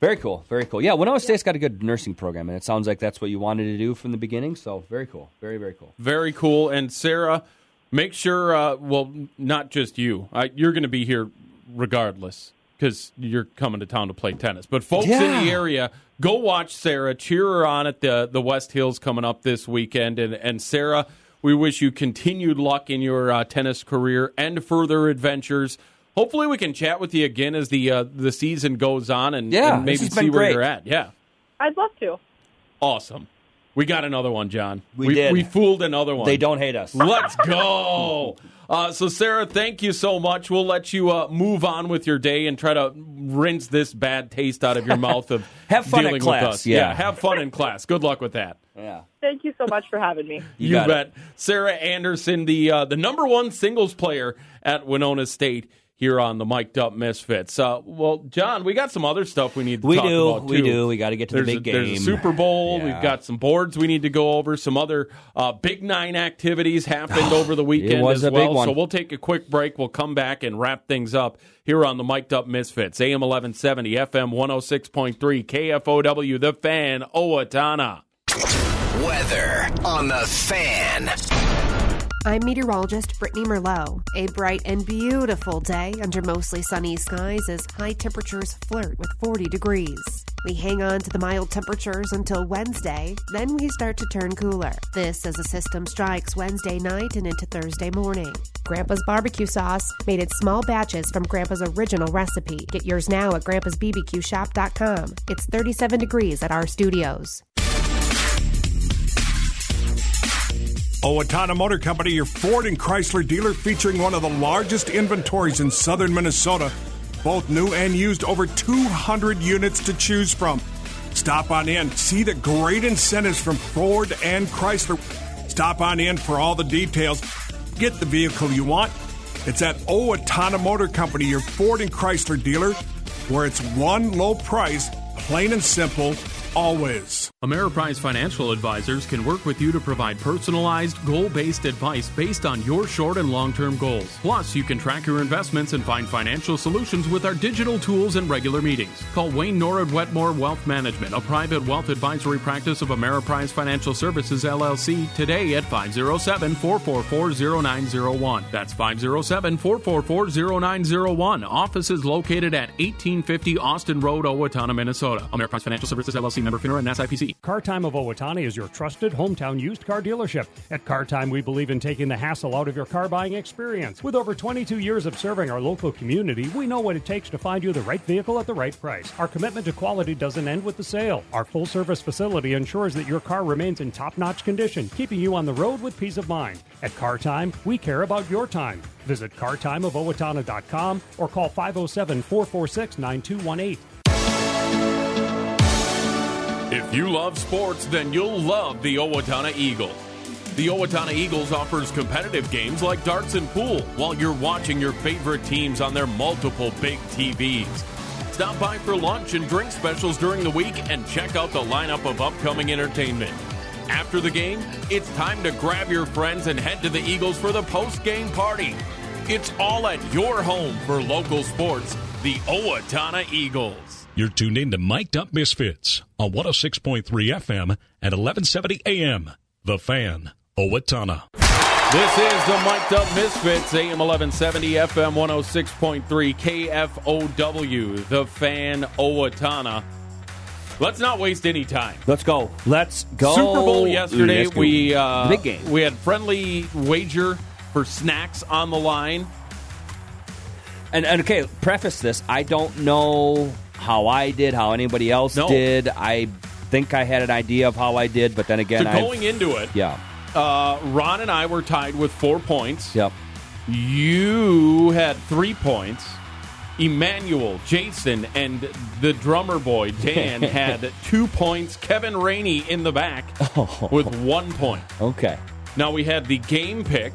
very cool. Very cool. Yeah, Winona State's got a good nursing program, and it sounds like that's what you wanted to do from the beginning. So very cool. Very very cool.
Very cool. And Sarah, make sure, uh, well, n- not just you, uh, you're going to be here regardless because you're coming to town to play tennis. But folks in
Yeah.
the area, go watch Sarah, cheer her on at the, the West Hills coming up this weekend. And, and Sarah, we wish you continued luck in your uh, tennis career and further adventures. Hopefully, we can chat with you again as the uh, the season goes on and,
Yeah,
and
this
maybe
has been
see where
great.
you're at. Yeah.
I'd love to.
Awesome. We got another one, John.
We did.
We fooled another one.
They don't hate us.
Let's go. Uh, so, Sarah, thank you so much. We'll let you uh, move on with your day and try to rinse this bad taste out of your mouth of
Have fun at
dealing with
class,
us.
yeah.
have fun in class. Good luck with that.
Yeah.
Thank you so much for having me.
You,
got
bet. Sarah Anderson, the uh, the number one singles player at Winona State here on the Mic'd Up Misfits. Uh, well, John, we got some other stuff we need to
We
talk
do.
about,
We
too.
do. We gotta get to the
There's
big
a- There's
game.
a Super Bowl.
Yeah.
We've got some boards we need to go over. Some other uh, Big Nine activities happened over the weekend as
was a big
well.
one.
So we'll take a quick break. We'll come back and wrap things up here on the Mic'd Up Misfits. AM 1170, FM 106.3, KFOW, The Fan, Owatonna.
Weather on the fan.
I'm meteorologist Brittany Merlot. A bright and beautiful day under mostly sunny skies as high temperatures flirt with 40 degrees. We hang on to the mild temperatures until Wednesday, then we start to turn cooler. This as a system strikes Wednesday night and into Thursday morning. Grandpa's barbecue sauce, made in small batches from Grandpa's original recipe. Get yours now at grandpa'sbbqshop.com. It's 37 degrees at our studios.
Owatonna Oh, Motor Company, your Ford and Chrysler dealer featuring one of the largest inventories in southern Minnesota, both new and used, over 200 units to choose from. Stop on in, see the great incentives from Ford and Chrysler. Stop on in for all the details. Get the vehicle you want. It's at Owatonna Motor Company, your Ford and Chrysler dealer, where it's one low price, plain and simple, always.
Ameriprise Financial Advisors can work with you to provide personalized, goal based advice based on your short and long term goals. Plus, you can track your investments and find financial solutions with our digital tools and regular meetings. Call Wayne Norwood Wetmore Wealth Management, a private wealth advisory practice of Ameriprise Financial Services LLC, today at 507 444 0901. That's 507 444 0901. Office is located at 1850 Austin Road, Owatonna, Minnesota. Ameriprise Financial Services LLC member FINRA and SIPC.
Car Time of Owatonna is your trusted hometown used car dealership. At Car Time, we believe in taking the hassle out of your car buying experience. With over 22 years of serving our local community, we know what it takes to find you the right vehicle at the right price. Our commitment to quality doesn't end with the sale. Our full service facility ensures that your car remains in top notch condition, keeping you on the road with peace of mind. At Car Time, we care about your time. Visit cartimeofowatonna.com or call 507 446 9218.
If you love sports, then you'll love the Owatonna Eagle. The Owatonna Eagles offers competitive games like darts and pool while you're watching your favorite teams on their multiple big TVs. Stop by for lunch and drink specials during the week and check out the lineup of upcoming entertainment. After the game, it's time to grab your friends and head to the Eagles for the post game party. It's all at your home for local sports, the Owatonna Eagles.
You're tuned in to Mic'd Up Misfits on 106.3 FM and 1170 AM. The Fan, Owatonna.
This is the Mic'd Up Misfits, AM 1170, FM 106.3, KFOW, the fan Owatonna. Let's not waste any time.
Let's go. Let's go.
Super Bowl yesterday,
Let's go.
we uh,
Big game.
We had friendly wager for snacks on the line.
And, and okay, preface this. I don't know how I did, how anybody else
No.
did. I think I had an idea of how I did, but then again,
so
I
going into it,
yeah,
uh, Ron and I were tied with four points.
Yep.
You had three points. Emmanuel, Jason, and the drummer boy Dan had two points. Kevin Rainey in the back with one point.
okay.
Now we had the game pick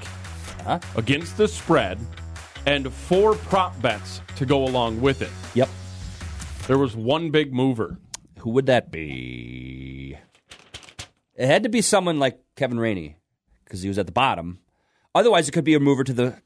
against the spread and four prop bets to go along with it.
Yep.
There was one big mover.
Who would that be? It had to be someone like Kevin Rainey because he was at the bottom. Otherwise, it could be a mover to the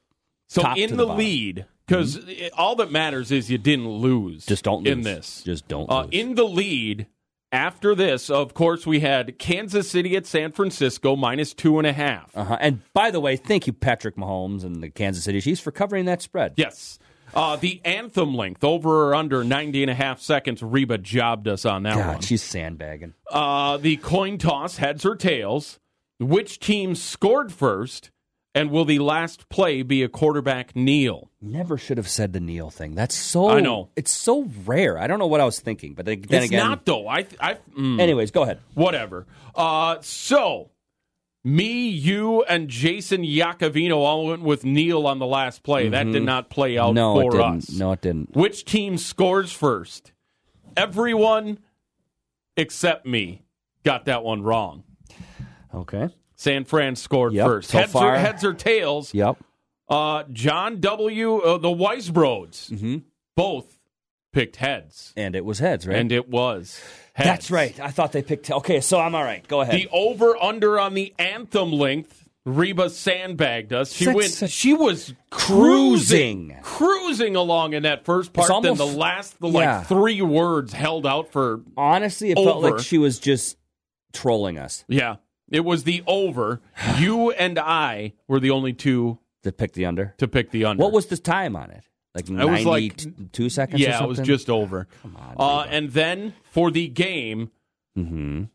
So
top
in
to
the,
bottom. Mm-hmm.
lead, because all that matters is you didn't lose. Just don't in
lose.
this.
Just don't
Uh, in the lead after this, of course, we had Kansas City at San Francisco minus two and a half.
Uh-huh. And by the way, thank you, Patrick Mahomes and the Kansas City Chiefs, for covering that spread.
Yes. Uh, the anthem length over or under 90 and a half seconds. Reba jobbed us on that one.
God, she's sandbagging.
Uh, the coin toss heads or tails. Which team scored first? And will the last play be a quarterback kneel?
Never should have said the Neil thing. That's so.
I know.
It's so rare. I don't know what I was thinking, but then, then
it's
again,
not though. I, I mm.
Anyways, go ahead.
Whatever. Uh, so me, you, and Jason Iacovino all went with Neil on the last play. That did not play out
Mm-hmm. no,
for
it didn't.
us.
No, it didn't.
Which team scores first? Everyone except me got that one wrong.
Okay.
San Fran scored
Yep,
first.
so
heads,
far-
or, heads or tails?
Yep.
Uh, John W. Uh, the Weisbroads
Mm-hmm.
both picked heads,
and it was heads, right?
And it was. Heads.
That's right. I thought they picked. Okay, so I'm all right. Go ahead.
The over under on the anthem length. Reba sandbagged us. She
Such-
went.
such-
she was
Cruising.
cruising, cruising along in that first part.
almost-
then the last, the
yeah.
like three words held out for.
Honestly, it felt
Over.
like she was just trolling us
Yeah, it was the over. you and I were the only two
to pick the under.
to pick the under.
What was the time on it? Like
I was like-
two seconds.
yeah,
or
it was
something?
just over. uh, and then for the game,
Mm-hmm.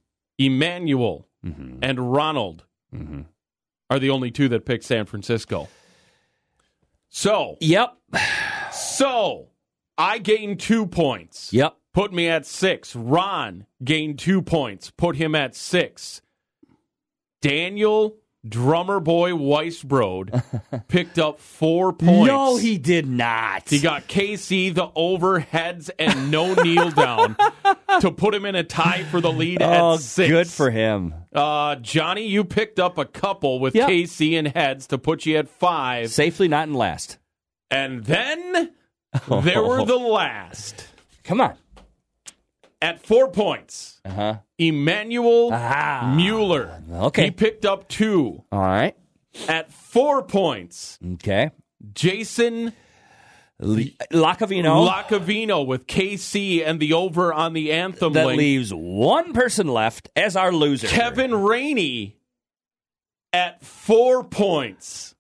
Emmanuel and Ronald
Mm-hmm.
are the only two that picked San Francisco. So,
yep.
So, I gained two points.
Yep.
Put me at six. Ron gained two points. Put him at six. Daniel Drummer Boy Weisbrod picked up four points.
No, he did not.
He got KC the overheads and no kneel down to put him in a tie for the lead
oh,
at six.
good for him.
Uh, Johnny, you picked up a couple with
Yep.
KC and heads to put you at five,
Safely not in last. Oh.
and then there were the last.
Come on.
At four points,
uh-huh.
Emmanuel Mueller.
Okay.
He picked up two.
All right.
At four points,
Okay.
Jason
Lacavino.
Lacavino with KC and the over on the anthem
that
link.
leaves one person left as our loser.
Kevin Rainey at four points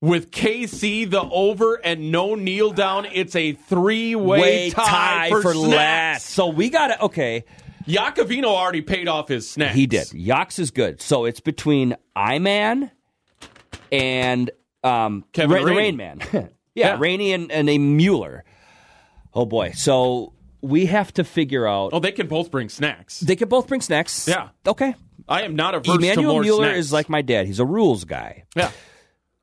with KC the over and no kneel down. It's a three way
Way
tie, for,
last.
snacks.
So we got to okay.
Yakovino already paid off his snacks.
He did. Yox is good. So it's between Iman and um,
Kevin
Ra- the
Rainey.
Rain Man. yeah, Rainey and, and a Mueller. Oh boy. So we have to figure out.
Oh, they can both bring snacks.
They could both bring snacks.
Yeah.
Okay.
I am not averse to
Emmanuel
more
Mueller
snacks.
is like my dad. He's a rules guy.
Yeah.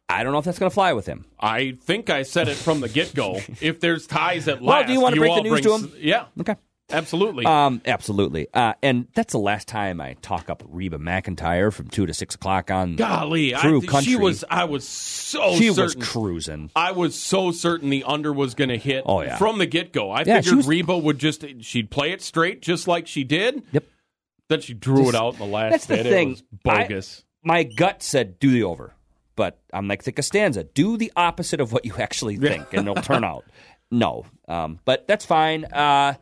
I don't know if that's going to fly with him.
I think I said it from the get go. if there's ties at
Well,
last,
do you wanna break
all
the news to
bring
him?
s- Yeah.
Okay.
Absolutely.
Um, absolutely. Uh, and that's the last time I talk up Reba McIntyre from two to six o'clock on
Golly, I,
True Country.
she was. I was so.
she was
oh, certain.
cruising.
I was so certain the under was going to hit
Oh, yeah.
from the get go. I
Yeah, she
figured
was-
Reba would just she'd play it straight, just like she did.
Yep.
Then she drew it
Just-
out in the last.
That's the
bit.
thing.
It was bogus.
I- my gut said do the over, but I'm like the Costanza. Do the opposite of what you actually think, and it'll turn out. No, um, but that's fine. Uh,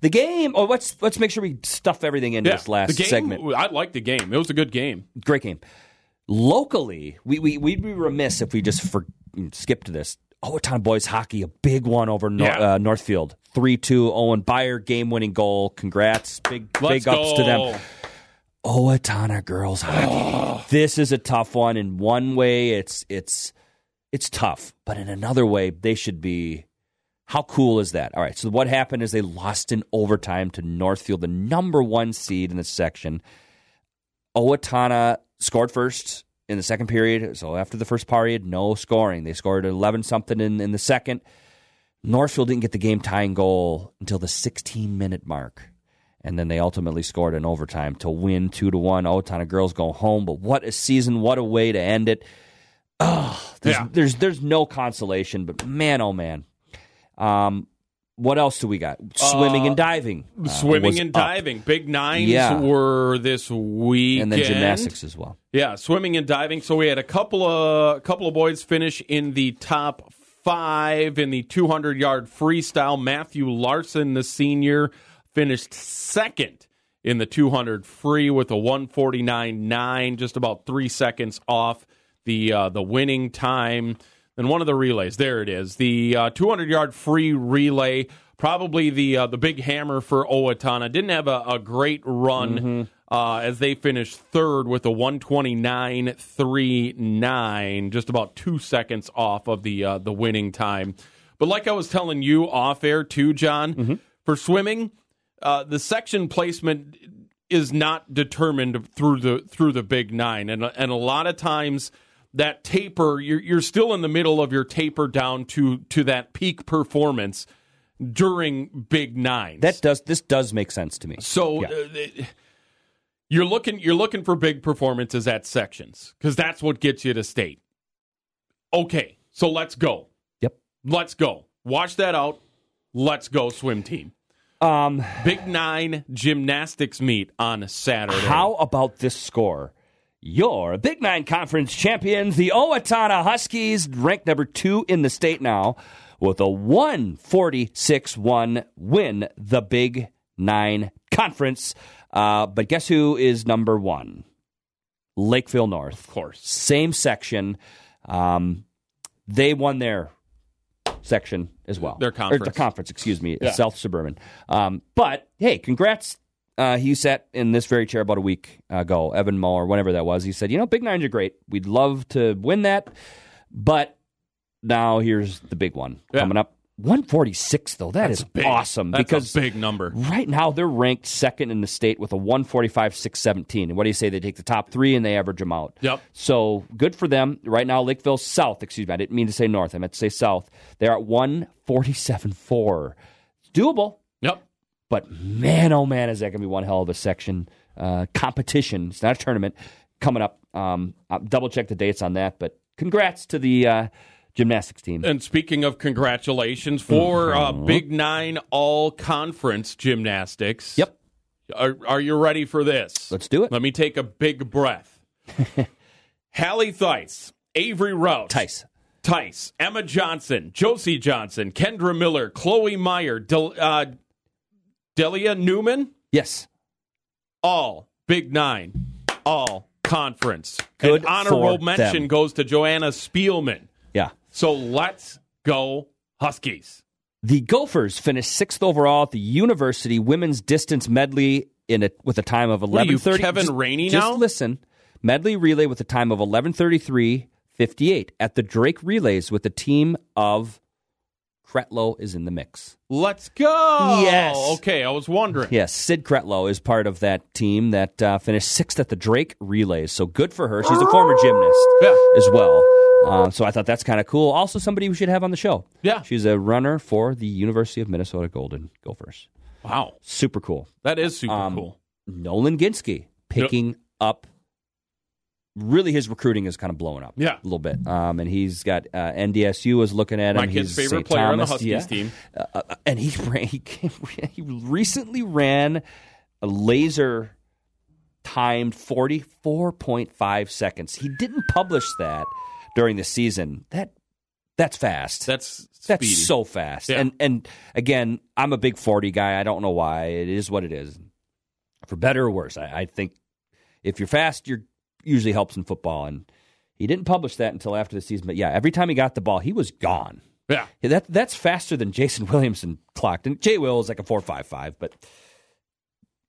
the game. Oh, let's let's make sure we stuff everything in
yeah.
this last
the game,
segment.
I liked the game. It was a good game.
Great game. Locally, we, we we'd be remiss if we just for, skipped this. Owatonna boys hockey, a big one over Nor-
Yeah.
uh, Northfield, three two. Owen Byer game winning goal. Congrats, big
Let's
big ups
go.
to them. Owatonna girls hockey. this is a tough one. In one way, it's it's it's tough, but in another way, they should be. How cool is that? All right. So what happened is they lost in overtime to Northfield, the number one seed in the section. Owatonna scored first in the second period. So after the first period, no scoring. They scored eleven something in, in the second. Northfield didn't get the game tying goal until the 16 minute mark. And then they ultimately scored in overtime to win two to one. Oh, ton of girls go home, but what a season! What a way to end it. Oh, there's,
Yeah.
there's there's no consolation, but man, oh man. Um, what else do we got? Swimming and diving. uh,
Uh, Swimming
was
and
up.
diving, big nines
Yeah.
were this weekend,
and then gymnastics as well.
Yeah, swimming and diving. So we had a couple of couple of boys finish in the top five in the 200 yard freestyle. Matthew Larson, the senior, finished second in the 200 free with a 149.9, just about three seconds off the uh, the winning time. Then one of the relays. There it is. The uh, 200 yard free relay. Probably the uh, the big hammer for Owatonna. Didn't have a, a great run uh, as they finished third with a 129.39, just about two seconds off of the uh, the winning time. But like I was telling you off air too, John, for swimming, uh, the section placement is not determined through the through the Big Nine, and and a lot of times that taper you're you're still in the middle of your taper down to to that peak performance during Big Nine.
That does this does make sense to me.
So
Yeah.
uh, th- you're looking you're looking for big performances at sections because that's what gets you to state. Okay, so let's go.
Yep.
Let's go. Wash that out. Let's go, swim team.
Um,
Big Nine gymnastics meet on Saturday.
How about this score? Your Big Nine Conference champions, the Owatonna Huskies, ranked number two in the state now, with a 146 1 win the Big Nine Conference. Uh, but guess who is number one? Lakeville North. Of
course.
Same section. Um, they won their section as well.
Their
Or
conference.
the conference, excuse me,
Yeah.
South Suburban. Um, but hey, congrats. Uh, he sat in this very chair about a week ago, Evan Muller, whenever that was. He said, You know, Big Nines are great. We'd love to win that. But now here's the big one
Yeah.
coming up. 146, though. That
That's
is
big.
awesome
That's a
because
big number.
Right now, they're ranked second in the state with a 145 617. And what do you say? They take the top three and they average them out.
Yep.
So good for them. Right now, Lakeville South, excuse me, I didn't mean to say North, I meant to say South. They're at 147 4. Doable,
Yep.
but man, oh man, is that going to be one hell of a section uh, competition. It's not a tournament coming up. Um, I'll double check the dates on that, but congrats to the. Uh, gymnastics team.
And speaking of congratulations for uh,
Mm-hmm.
Big Nine All Conference Gymnastics.
Yep.
Are, are you ready for this?
Let's do it.
Let me take a big breath. Hallie Thice, Avery Rouse,
Tice.
Tice, Emma Johnson, Josie Johnson, Kendra Miller, Chloe Meyer, Del, uh, Delia Newman.
Yes.
All Big Nine, all conference.
Good
An honorable
for
mention
them.
goes to Joanna Spielman.
Yeah.
So let's go Huskies.
The Gophers finished sixth overall at the University Women's Distance Medley in a, with a time of
are you,
eleven thirty.
Kevin Rainey
just
now?
listen. Medley relay with a time of eleven thirty three fifty eight at the Drake Relays with a team of Kretlow is in the mix.
Let's go.
Yes.
Okay, I was wondering.
Yes, Sid Kretlow is part of that team that uh, finished sixth at the Drake Relays. So good for her. She's a former gymnast
Yeah.
as well. Um, so I thought that's kind of cool. Also, somebody we should have on the show.
Yeah.
She's a runner for the University of Minnesota Golden Gophers.
Wow.
Super cool.
That is super
Um,
cool.
Nolan Ginsky picking up. Really, his recruiting is kind of blowing up.
Yeah.
a little bit. Um, and he's got uh, NDSU was looking at him.
My kid's
He's
favorite
St.
player on the
Thomas.
Huskies
Yeah.
team.
Uh, uh, and he ran, he, came, he recently ran a laser timed forty four point five seconds. He didn't publish that during the season. That that's fast.
That's
That's
speedy.
so fast.
Yeah.
And and again, I'm a big 40 guy. I don't know why. It is what it is. For better or worse, I, I think if you're fast, you're usually helps in football. And he didn't publish that until after the season. But yeah, every time he got the ball, he was gone.
Yeah.
Yeah, that that's faster than Jason Williamson clocked. And Jay Will is like a four five five, but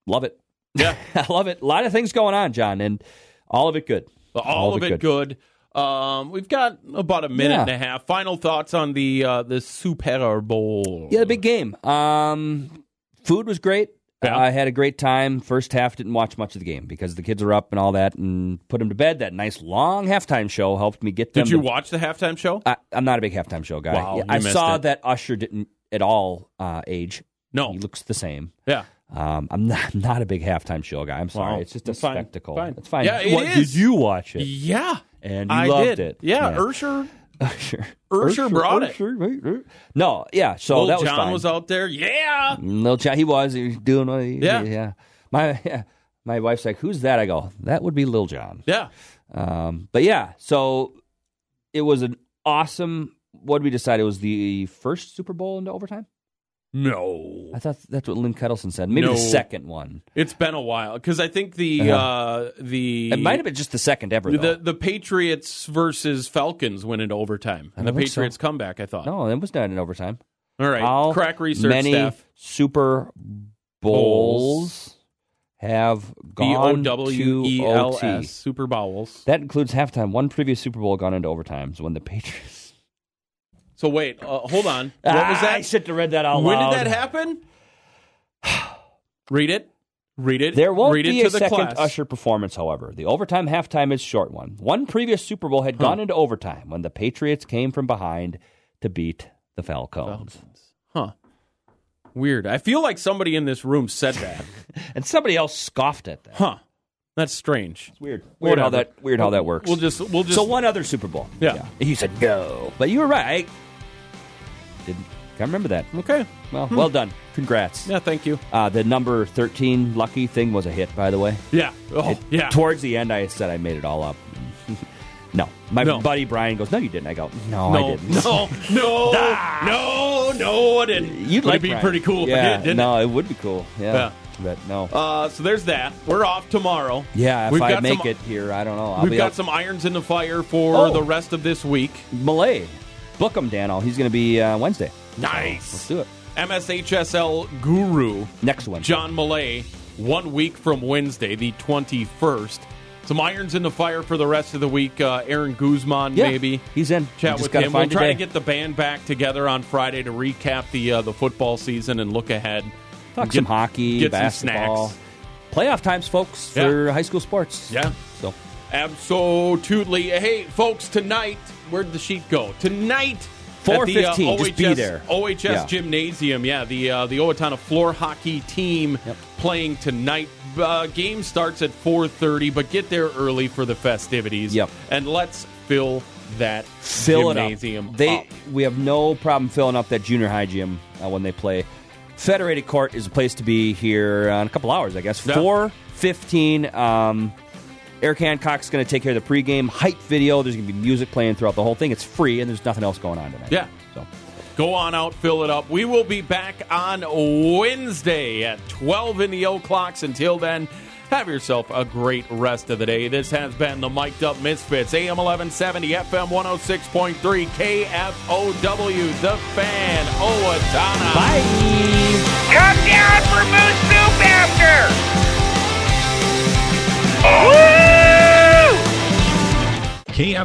love it.
Yeah.
I love it. A lot of things going on, John, and all of it good.
All, of it good. Um, we've got about a minute
Yeah.
and a half. Final thoughts on the uh, the Super Bowl.
Yeah, the big game. Um, food was great.
Yeah.
I had a great time. First half didn't watch much of the game because the kids were up and all that, and put them to bed. That nice long halftime show helped me get them.
Did you
to-
watch the halftime show?
I, I'm not a big halftime show guy.
Wow, you
I
missed it.
saw
Oh.
that Usher didn't at all uh, age.
No.
he looks the same.
yeah.
Um, I'm not I'm not a big halftime show guy. I'm sorry.
Wow.
It's just a
That's fine.
spectacle.
Fine.
It's fine.
Yeah, it
What-
is.
Did you watch it?
Yeah.
And you
I
loved
did.
it.
Yeah, Ursher.
Usher.
Ursher brought it.
it. No, yeah. So
Lil
that was
John
fine.
was out there. Yeah.
Little John, he was. He was doing what he,
Yeah.
yeah. My yeah. my wife's like, "Who's that?" I go, "That would be Lil John."
Yeah.
Um, but yeah, so it was an awesome. What did we decide? It was the first Super Bowl into overtime.
No.
I thought that's what Lynn Kettleson said. Maybe
No.
the second one.
It's been a while because I think the uh
Uh-huh.
the
It might have been just the second ever.
the
though.
the Patriots versus Falcons went into overtime, and the
don't think so.
Patriots comeback. I thought.
no, it was not in overtime.
All right,
How
crack research
many
staff.
Super Bowls have
B O
gone
W E
to
L
OT?
S Super Bowls.
That includes halftime. One previous Super Bowl gone into overtime is when the Patriots.
So wait, uh, hold on. What was
Ah, I
that?
should have read that out
When
loud.
did that happen? Read it. Read it.
There won't
Read
be
it to
a
the
second
class.
Usher performance, however. The overtime halftime is short one. One previous Super Bowl had gone into overtime when the Patriots came from behind to beat the Falcons.
Huh. Weird. I feel like somebody in this room said that.
And somebody else scoffed at that.
huh. That's strange.
It's weird. Weird how
Whatever.
that weird how that works.
We'll just we'll just
so one other Super Bowl.
Yeah.
He said no. But you were right. I didn't can't remember that.
Okay.
Well, well done. Congrats.
Yeah, thank you.
Uh, the number 13 lucky thing was a hit, by the way.
Yeah. Oh,
It-
yeah.
Towards the end, I said I made it all up. no. My
No.
buddy Brian goes, No, you didn't. I go, No, oh, I
no,
didn't. Ah.
no, no, no, no, I didn't.
You'd
Would
like
it be
Brian.
pretty cool if I
Yeah,
did, didn't
no, it? would be cool. Yeah.
Yeah.
But no.
it? Uh, so there's that. We're off tomorrow.
yeah, if
We've
I
got
make
some,
it here, I don't know. I'll
We've
be
got
out-
some irons in the fire for
Oh.
the rest of this week.
Malay. Book him, Dano. He's going to be uh, Wednesday.
Nice.
Do it.
MSHSL guru
Next one.
John Malay, one week from Wednesday, the 21st. Some irons in the fire for the rest of the week. Uh, Aaron Guzman,
Yeah,
maybe.
he's in.
Chat
We just
with
gotta
him. We'll
find a
try to
day.
get the band back together on Friday to recap the uh, the football season and look ahead.
Talk
Get-
some hockey,
get some
basketball.
snacks.
Playoff times, folks,
Yeah.
for high school sports.
Yeah.
So.
Absolutely. Hey, folks, tonight, where'd the uh, sheet go? Tonight, At the,
4:15, just be there.
OHS
Yeah.
Gymnasium, yeah, the uh, the Owatonna floor hockey team playing tonight. Uh, game starts at 4:30, but get there early for the festivities. Yep, and let's fill that
fill it
gymnasium
up. They
up.
we have no problem filling up that junior high gym uh, when they play. Federated Court is a place to be here uh, in a couple hours, I guess. Four fifteen. Um, Eric Hancock's going to take care of the pregame hype video. There's going to be music playing throughout the whole thing. It's free, and there's nothing else going on tonight.
Yeah.
So
Go on out, fill it up. We will be back on Wednesday at 12 in the o'clocks. Until then, have yourself a great rest of the day. This has been the Mic'd Up Misfits, AM 1170, FM 106.3, KFOW, The Fan, Owatonna. Bye.
Come down for moose soup after.
KF